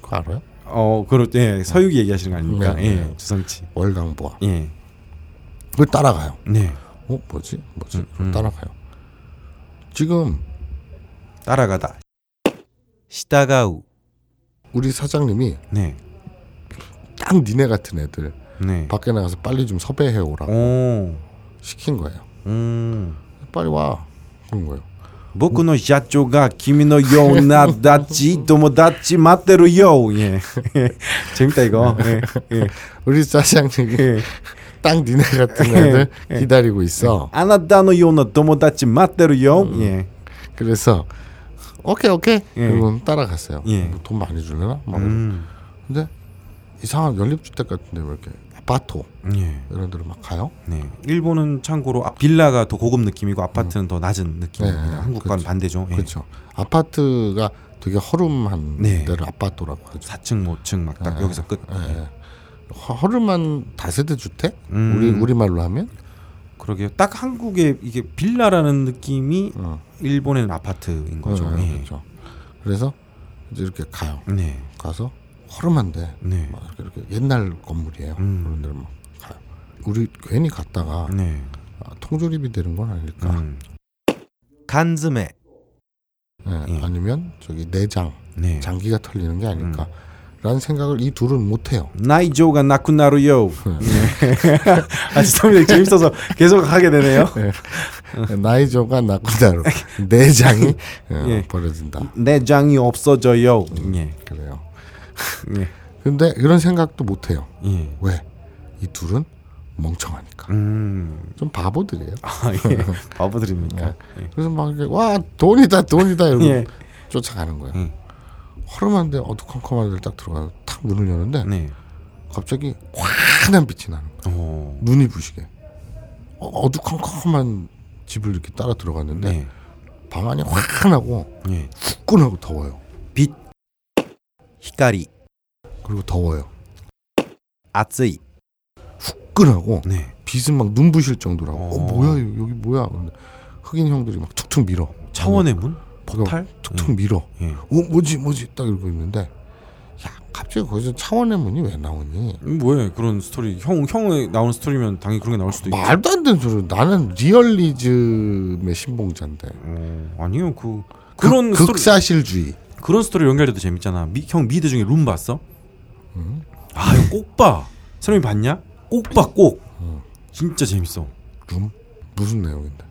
Speaker 4: 거 알아요?
Speaker 2: 어, 그렇 예. 서유기 얘기하시는 거 아닙니까?
Speaker 4: 네, 네.
Speaker 2: 예. 주성치.
Speaker 4: 월강부화.
Speaker 2: 예.
Speaker 4: 그걸 따라가요.
Speaker 2: 네.
Speaker 4: 어 뭐지? 뭐지?
Speaker 2: 음,
Speaker 4: 그걸
Speaker 2: 음.
Speaker 4: 따라가요. 지금
Speaker 2: 따라가다. 시다가우.
Speaker 4: 우리 사장님이
Speaker 2: 네.
Speaker 4: 딱 니네 같은 애들
Speaker 2: 네.
Speaker 4: 밖에 나가서 빨리 좀 섭외해 오라고
Speaker 2: 어? 오.
Speaker 4: 시킨 거예요.
Speaker 2: 음.
Speaker 4: 빨리 와. 그런 거예요.
Speaker 2: 僕の社長が君のようなダチ友達待ってるよ。예 <laughs> 재밌다이거 예 예
Speaker 4: 우리 사장님이
Speaker 2: 예
Speaker 4: <laughs> 딱 니네 같은 애들 기다리고 있어.
Speaker 2: 아나다노요나友達待ってるよ。
Speaker 4: 음.
Speaker 2: 예
Speaker 4: 그래서 오케이 오케이
Speaker 2: 예.
Speaker 4: 그리고 따라갔어요.
Speaker 2: 예.
Speaker 4: 뭐돈 많이 주려나? 막
Speaker 2: 음.
Speaker 4: 근데 이상한 연립주택 같은데 왜 이렇게 아파트
Speaker 2: 예.
Speaker 4: 이런 데로 막 가요?
Speaker 2: 네. 일본은 참고로 아, 빌라가 더 고급 느낌이고 아파트는 더 낮은 느낌입니다.
Speaker 4: 음. 네,
Speaker 2: 한국과는
Speaker 4: 그렇죠.
Speaker 2: 반대죠. 예.
Speaker 4: 그렇죠. 아파트가 되게 허름한
Speaker 2: 네.
Speaker 4: 데를 아파트라고 하죠.
Speaker 2: 4층, 5층 막 딱 여기서 끝.
Speaker 4: 예. 허- 허름한 다세대 주택?
Speaker 2: 음.
Speaker 4: 우리 우리 말로 하면
Speaker 2: 그러게요. 딱 한국의 이게 빌라라는 느낌이
Speaker 4: 어.
Speaker 2: 일본에는 아파트인 거죠.
Speaker 4: 예,
Speaker 2: 예.
Speaker 4: 그렇죠. 그래서 이제 이렇게 가요.
Speaker 2: 네.
Speaker 4: 가서 허름한데
Speaker 2: 네.
Speaker 4: 막 이렇게, 이렇게 옛날 건물이에요.
Speaker 2: 음.
Speaker 4: 그런 데를 막 가요. 우리 괜히 갔다가
Speaker 2: 네.
Speaker 4: 아, 통조림이 되는 건 아닐까?
Speaker 2: 음. 간즈메.
Speaker 4: 예,
Speaker 2: 예.
Speaker 4: 아니면 저기 내장
Speaker 2: 네.
Speaker 4: 장기가 털리는 게
Speaker 2: 음.
Speaker 4: 아닐까라는 생각을 이 둘은
Speaker 2: <laughs>
Speaker 4: 못 해요.
Speaker 2: 나이조가 나쿠나루요. <laughs> 아 죄송합니다. 재밌어서 계속 하게 되네요.
Speaker 4: 나이조가 나쿠다로 내장이 예,
Speaker 2: <laughs> 예.
Speaker 4: 버려진다.
Speaker 2: 내 장이 없어져요. 예.
Speaker 4: 그래요.
Speaker 2: 예.
Speaker 4: 근데 이런 생각도 못 해요.
Speaker 2: 예.
Speaker 4: 왜? 이 둘은 멍청하니까.
Speaker 2: 음.
Speaker 4: 좀 바보들이에요.
Speaker 2: 아, 예. 바보들입니까? 예.
Speaker 4: 그래서 막 이렇게 와 돈이다 돈이다
Speaker 2: <laughs>
Speaker 4: 이러고
Speaker 2: 예.
Speaker 4: 쫓아가는 거예요.
Speaker 2: 음.
Speaker 4: 허름한데 어두컴컴한 데를 딱 들어가서 탁 문을 여는데
Speaker 2: 네.
Speaker 4: 갑자기 환한 빛이 나는 거예요.
Speaker 2: 오.
Speaker 4: 눈이 부시게 어, 어두컴컴한 집을 이렇게 따라 들어갔는데
Speaker 2: 네.
Speaker 4: 방 안이 환하고
Speaker 2: 예.
Speaker 4: 후끈하고 더워요.
Speaker 2: 빛. 히카리.
Speaker 4: 그리고 더워요.
Speaker 2: 아츠이.
Speaker 4: 후끈하고
Speaker 2: 네.
Speaker 4: 빛은 막 눈부실 정도라고. 어,
Speaker 2: 어.
Speaker 4: 뭐야 여기 여기 뭐야? 근데 흑인 형들이 막 툭툭 밀어.
Speaker 2: 차원의 문?
Speaker 4: 그거
Speaker 2: 포탈?
Speaker 4: 툭툭 밀어.
Speaker 2: 예.
Speaker 4: 어 뭐지 뭐지 딱 이러고 있는데 야 갑자기 거기서 차원의 문이 왜 나오니?
Speaker 2: 음, 뭐야 그런 스토리 형 형에 나오는 스토리면 당연히 그런 게 나올 수도 있죠.
Speaker 4: 말도 안 되는 소리. 나는 리얼리즘의 신봉자인데.
Speaker 2: 어, 아니요 그 그런
Speaker 4: 극,
Speaker 2: 스토리
Speaker 4: 극사실주의.
Speaker 2: 그런 스토리 연결돼도 재밌잖아. 미, 형 미드 중에 룸 봤어?
Speaker 4: 음.
Speaker 2: 아 이거 꼭 봐. 사람이 봤냐? 꼭 봐 꼭.
Speaker 4: 음.
Speaker 2: 진짜 재밌어.
Speaker 4: 룸? 무슨 내용인데?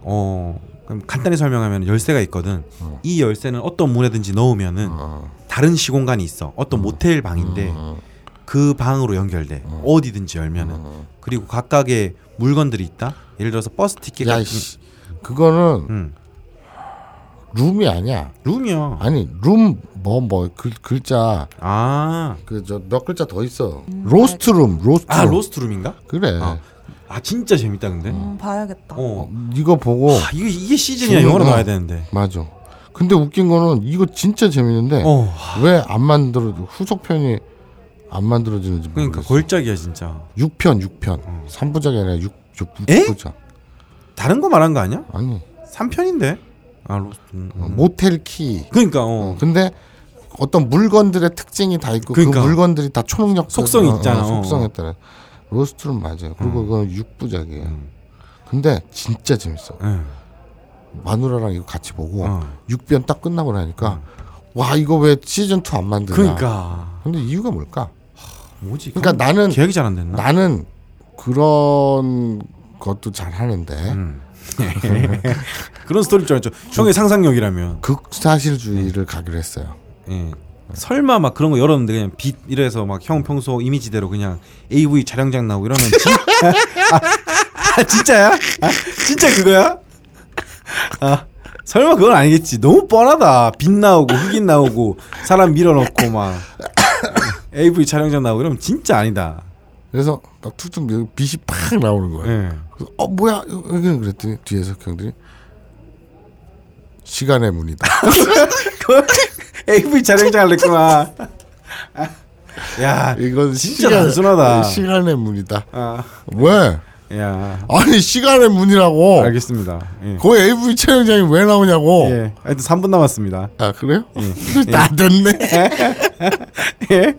Speaker 2: 어 그럼 간단히 설명하면 열쇠가 있거든. 이 열쇠는 어떤 문에든지 넣으면은
Speaker 4: 어. 음.
Speaker 2: 다른 시공간이 있어. 어떤 모텔 방인데
Speaker 4: 어.
Speaker 2: 그 방으로 연결돼.
Speaker 4: 음.
Speaker 2: 어디든지 열면은 그리고 각각의 물건들이 있다. 예를 들어서 버스 티켓 같은.
Speaker 4: 야이씨. 그거는
Speaker 2: 음. 어.
Speaker 4: 룸이 아니야.
Speaker 2: 룸이야.
Speaker 4: 아니 룸 뭐 뭐 글자
Speaker 2: 아,
Speaker 4: 그 저 몇 글자 더 있어. 로스트 룸. 로스트.
Speaker 2: 아
Speaker 4: 룸.
Speaker 2: 로스트 룸인가?
Speaker 4: 그래.
Speaker 2: 아. 아 진짜 재밌다 근데.
Speaker 5: 음, 봐야겠다.
Speaker 2: 어.
Speaker 4: 이거 보고
Speaker 2: 아, 이게 이게 시즌이야 영화로
Speaker 4: 어.
Speaker 2: 나와야 되는데.
Speaker 4: 맞아. 근데 웃긴 거는 이거 진짜 재밌는데
Speaker 2: 어.
Speaker 4: 왜 안 만들어 후속편이 안 만들어지는지
Speaker 2: 그러니까
Speaker 4: 모르겠어.
Speaker 2: 걸작이야 진짜.
Speaker 4: 6편 6편. 삼 3부작이 아니라 6,
Speaker 2: 에?
Speaker 4: 6부작.
Speaker 2: 다른 거 말한 거 아니야?
Speaker 4: 아니.
Speaker 2: 3편인데. 아 로스. 음.
Speaker 4: 모텔 키.
Speaker 2: 그러니까 어.
Speaker 4: 근데 어떤 물건들의 특징이 다 있고 그
Speaker 2: 그러니까.
Speaker 4: 물건들이 다 초능력
Speaker 2: 속성이 있잖아. 어. 음.
Speaker 4: 속성에 따라 로스트는 맞아요. 그리고 그건 6부작이에요. 근데 진짜 재밌어.
Speaker 2: 예.
Speaker 4: 마누라랑 이거 같이 보고
Speaker 2: 어. 음.
Speaker 4: 육 6변 딱 끝나고 나니까 와 이거 왜 시즌 2 안 만드냐.
Speaker 2: 그러니까
Speaker 4: 근데 이유가 뭘까?
Speaker 2: 뭐지?
Speaker 4: 그러니까
Speaker 2: 감-
Speaker 4: 나는
Speaker 2: 계약이 잘 안 됐나?
Speaker 4: 나는 그런 것도 잘 하는데
Speaker 2: 음. 그런 스토리인 줄 알았죠. 형의 상상력이라면. 음.
Speaker 4: 극사실주의를 가기로 했어요.
Speaker 2: 예. 설마 막 그런 거 열었는데 그냥 빛 이래서 막 형 평소 이미지대로 그냥 AV 촬영장 나오고 이러면 진... <laughs> 아, 아, 진짜야? 아, 진짜 그거야? 아, 설마 그건 아니겠지. 너무 뻔하다. 빛 나오고 흑인 나오고 사람 밀어넣고 막 <coughs> AV 촬영장 나오고 이러면 진짜 아니다.
Speaker 4: 그래서 막 툭툭 밀고 빛이 팍 나오는 거예요.
Speaker 2: 예. <laughs>
Speaker 4: 그래서 어 뭐야 여기는 그랬더니 뒤에서 형들이 시간의
Speaker 2: <laughs>
Speaker 4: 문이다.
Speaker 2: AV 촬영장 할랬구나. 아, 야,
Speaker 4: 이건
Speaker 2: 진짜
Speaker 4: 시간-
Speaker 2: 단순하다.
Speaker 4: 시간의 문이다.
Speaker 2: 아,
Speaker 4: 왜?
Speaker 2: 야,
Speaker 4: 아니 시간의 문이라고.
Speaker 2: 알겠습니다. 예.
Speaker 4: 거기 AV 촬영장이 왜 나오냐고.
Speaker 2: 예. 하여튼 3분 남았습니다.
Speaker 4: 아 그래요? <laughs> 다 됐네.
Speaker 2: 예?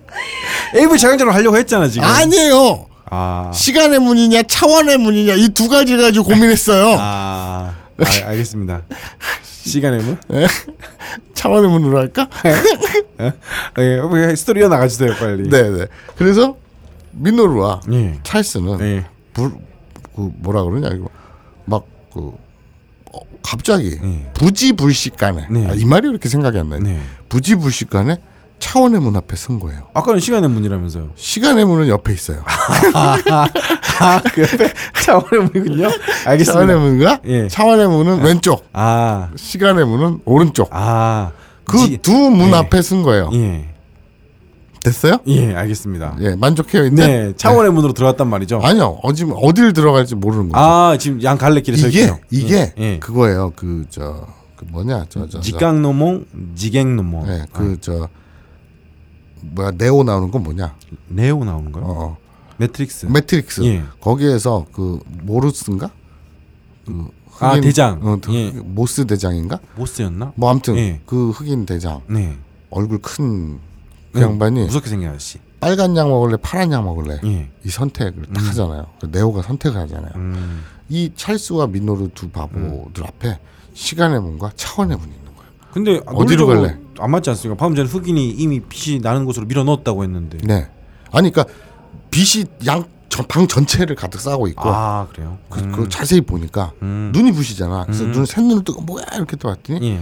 Speaker 2: AV 촬영장으로 하려고 했잖아 지금.
Speaker 4: 아니에요.
Speaker 2: 아,
Speaker 4: 시간의 문이냐 차원의 문이냐 이 두 가지 가지고 고민했어요.
Speaker 2: 아, 아, 알겠습니다. 시간의 문. 네.
Speaker 4: 차원의 문으로 할까?
Speaker 2: 예, 왜 스토리 이어 나가주세요 빨리.
Speaker 4: <laughs> 네네. 그래서 민노루와
Speaker 2: 예.
Speaker 4: 찰스는
Speaker 2: 예.
Speaker 4: 불, 그 뭐라 그러냐 이거 막 그 갑자기 부지불식간에
Speaker 2: 네.
Speaker 4: 아, 이 말이 이렇게 생각이 안 나요.
Speaker 2: 네.
Speaker 4: 부지불식간에 차원의 문 앞에 선 거예요.
Speaker 2: 아까는 시간의 문이라면서요.
Speaker 4: 시간의 문은 옆에 있어요.
Speaker 2: 아, 그 <laughs> 옆에 차원의 문이군요. <laughs>
Speaker 4: 차원의
Speaker 2: 알겠습니다.
Speaker 4: 문과
Speaker 2: 예.
Speaker 4: 차원의 문은 왼쪽,
Speaker 2: 아,
Speaker 4: 시간의 문은 오른쪽.
Speaker 2: 아,
Speaker 4: 그
Speaker 2: 지-
Speaker 4: 두 문
Speaker 2: 예.
Speaker 4: 앞에 선 거예요.
Speaker 2: 예,
Speaker 4: 됐어요?
Speaker 2: 예, 알겠습니다.
Speaker 4: 예, 만족해요.
Speaker 2: 네,
Speaker 4: 이제?
Speaker 2: 차원의 문으로 들어왔단 말이죠.
Speaker 4: 아니요. 어, 지금 어딜 들어갈지 모르는 거죠.
Speaker 2: 아, 지금 양 갈래길에 서
Speaker 4: 이게
Speaker 2: 있죠.
Speaker 4: 이게
Speaker 2: 예.
Speaker 4: 그거예요. 그 저 그 뭐냐 저저
Speaker 2: 직강노몽, 아. 지갱노몽.
Speaker 4: 예, 그저 뭐야 네오 나오는 건 뭐냐?
Speaker 2: 네오 나오는 거요?
Speaker 4: 어, 어.
Speaker 2: 매트릭스.
Speaker 4: 매트릭스
Speaker 2: 예.
Speaker 4: 거기에서 그 모르스인가? 그
Speaker 2: 아, 대장.
Speaker 4: 어, 그
Speaker 2: 예.
Speaker 4: 모스 대장인가?
Speaker 2: 모스였나?
Speaker 4: 뭐 아무튼
Speaker 2: 예.
Speaker 4: 그 흑인 대장
Speaker 2: 네.
Speaker 4: 얼굴 큰그
Speaker 2: 네,
Speaker 4: 양반이
Speaker 2: 무섭게 생긴 아저씨.
Speaker 4: 빨간 양 먹을래 파란 양 먹을래
Speaker 2: 예.
Speaker 4: 이 선택을 딱 하잖아요. 그 네오가 선택을 하잖아요.
Speaker 2: 음.
Speaker 4: 이 찰스와 민노르 두 바보들 앞에 시간의 문과 차원의 문이 있는 거예요.
Speaker 2: 근데
Speaker 4: 어디로
Speaker 2: 논리적으로
Speaker 4: 갈래?
Speaker 2: 안 맞지 않습니까? 방금 전에 흑인이 이미 빛이 나는 곳으로 밀어 넣었다고 했는데.
Speaker 4: 네. 아니 그러니까 빛이 양 방 전체를 가득 싸고 있고
Speaker 2: 아 음, 그래요?
Speaker 4: 그, 그 자세히 보니까 눈이 부시잖아. 그래서
Speaker 2: 음.
Speaker 4: 눈 샌눈을 뜨고 뭐야 이렇게 또 봤더니
Speaker 2: 예.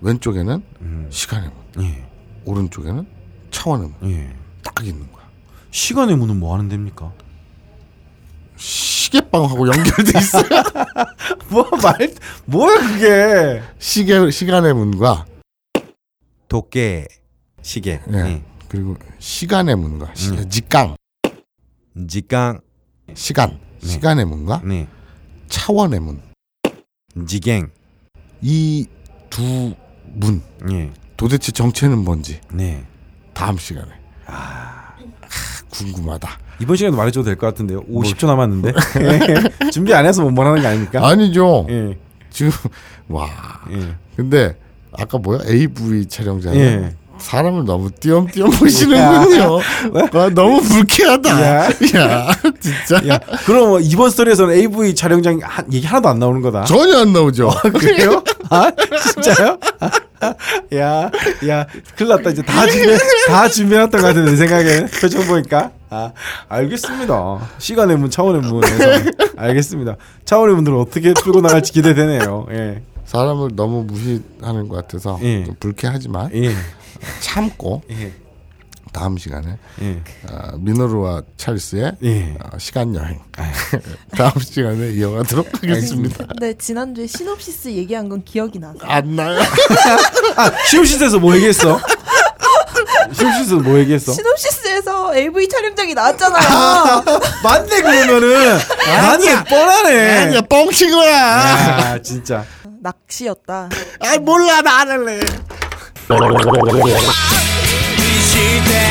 Speaker 4: 왼쪽에는
Speaker 2: 음.
Speaker 4: 시간의 문,
Speaker 2: 예.
Speaker 4: 오른쪽에는 차원의 문
Speaker 2: 예.
Speaker 4: 딱 있는 거야.
Speaker 2: 시간의 문은 뭐 하는
Speaker 4: <laughs>
Speaker 2: 데입니까?
Speaker 4: 시계방하고
Speaker 2: <laughs>
Speaker 4: 연결돼 있어요.
Speaker 2: 뭐말 뭐야 그게?
Speaker 4: 시계 시간의 문과
Speaker 2: 도깨 시계.
Speaker 4: 예. 그리고 시간의 문과 시,
Speaker 2: 음.
Speaker 4: 직강
Speaker 2: 예. 지강.
Speaker 4: 시간 시간의 문과
Speaker 2: 네.
Speaker 4: 차원의 문
Speaker 2: 지갱.
Speaker 4: 이 두 문.
Speaker 2: 예.
Speaker 4: 도대체 정체는 뭔지
Speaker 2: 네.
Speaker 4: 다음 시간에. 아, 궁금하다.
Speaker 2: 이번 시간에도 말해줘도 될 것 같은데요. 50초 남았는데 <laughs> 예. 준비 안 해서 못 말하는 게 아닙니까?
Speaker 4: 뭐- 아니죠.
Speaker 2: 예.
Speaker 4: 지금 와.
Speaker 2: 예.
Speaker 4: 근데 아까 뭐야 AV 촬영장에
Speaker 2: 예.
Speaker 4: 사람을 너무 띄엄띄엄 보시는군요. 와, 너무 불쾌하다.
Speaker 2: 야.
Speaker 4: 야, 진짜
Speaker 2: 야, 그럼 뭐 이번 스토리에서는 AV 촬영장 하, 얘기 하나도 안 나오는 거다.
Speaker 4: 전혀 안 나오죠.
Speaker 2: 그래요? 아 진짜요? 야, 야, 큰일 났다. 이제 다 준비, 다 준비해놨던 것 같은데, 내 생각에는. 표정 보니까. 아, 알겠습니다. 시간의 문, 차원의 문에서. 알겠습니다. 차원의 문들을 어떻게 풀고 나갈지 기대되네요. 예.
Speaker 4: <laughs> 사람을 너무 무시하는 것 같아서
Speaker 2: 예.
Speaker 4: 좀 불쾌하지만
Speaker 2: 예.
Speaker 4: 참고
Speaker 2: 예.
Speaker 4: 다음 시간에
Speaker 2: 예.
Speaker 4: 아, 미노루와 찰스의
Speaker 2: 예.
Speaker 4: 아, 시간 여행 <laughs> 다음 시간에 이어가도록 하겠습니다.
Speaker 5: <laughs> 근데 지난주에 시놉시스 얘기한 건 기억이 나서
Speaker 4: 안 나요?
Speaker 2: 아, 시험시스에서 뭐 얘기했어? 시험시스에서 뭐 얘기했어?
Speaker 5: 시놉시스에서 AV 촬영장이 나왔잖아요.
Speaker 4: <laughs>
Speaker 2: 맞네, 그러면은. 맞네, 뻔하네.
Speaker 4: 아니야 뻥친 거야.
Speaker 2: 아, 진짜.
Speaker 5: 낚시였다.
Speaker 4: 아 몰라 나 안 할래.
Speaker 7: 시대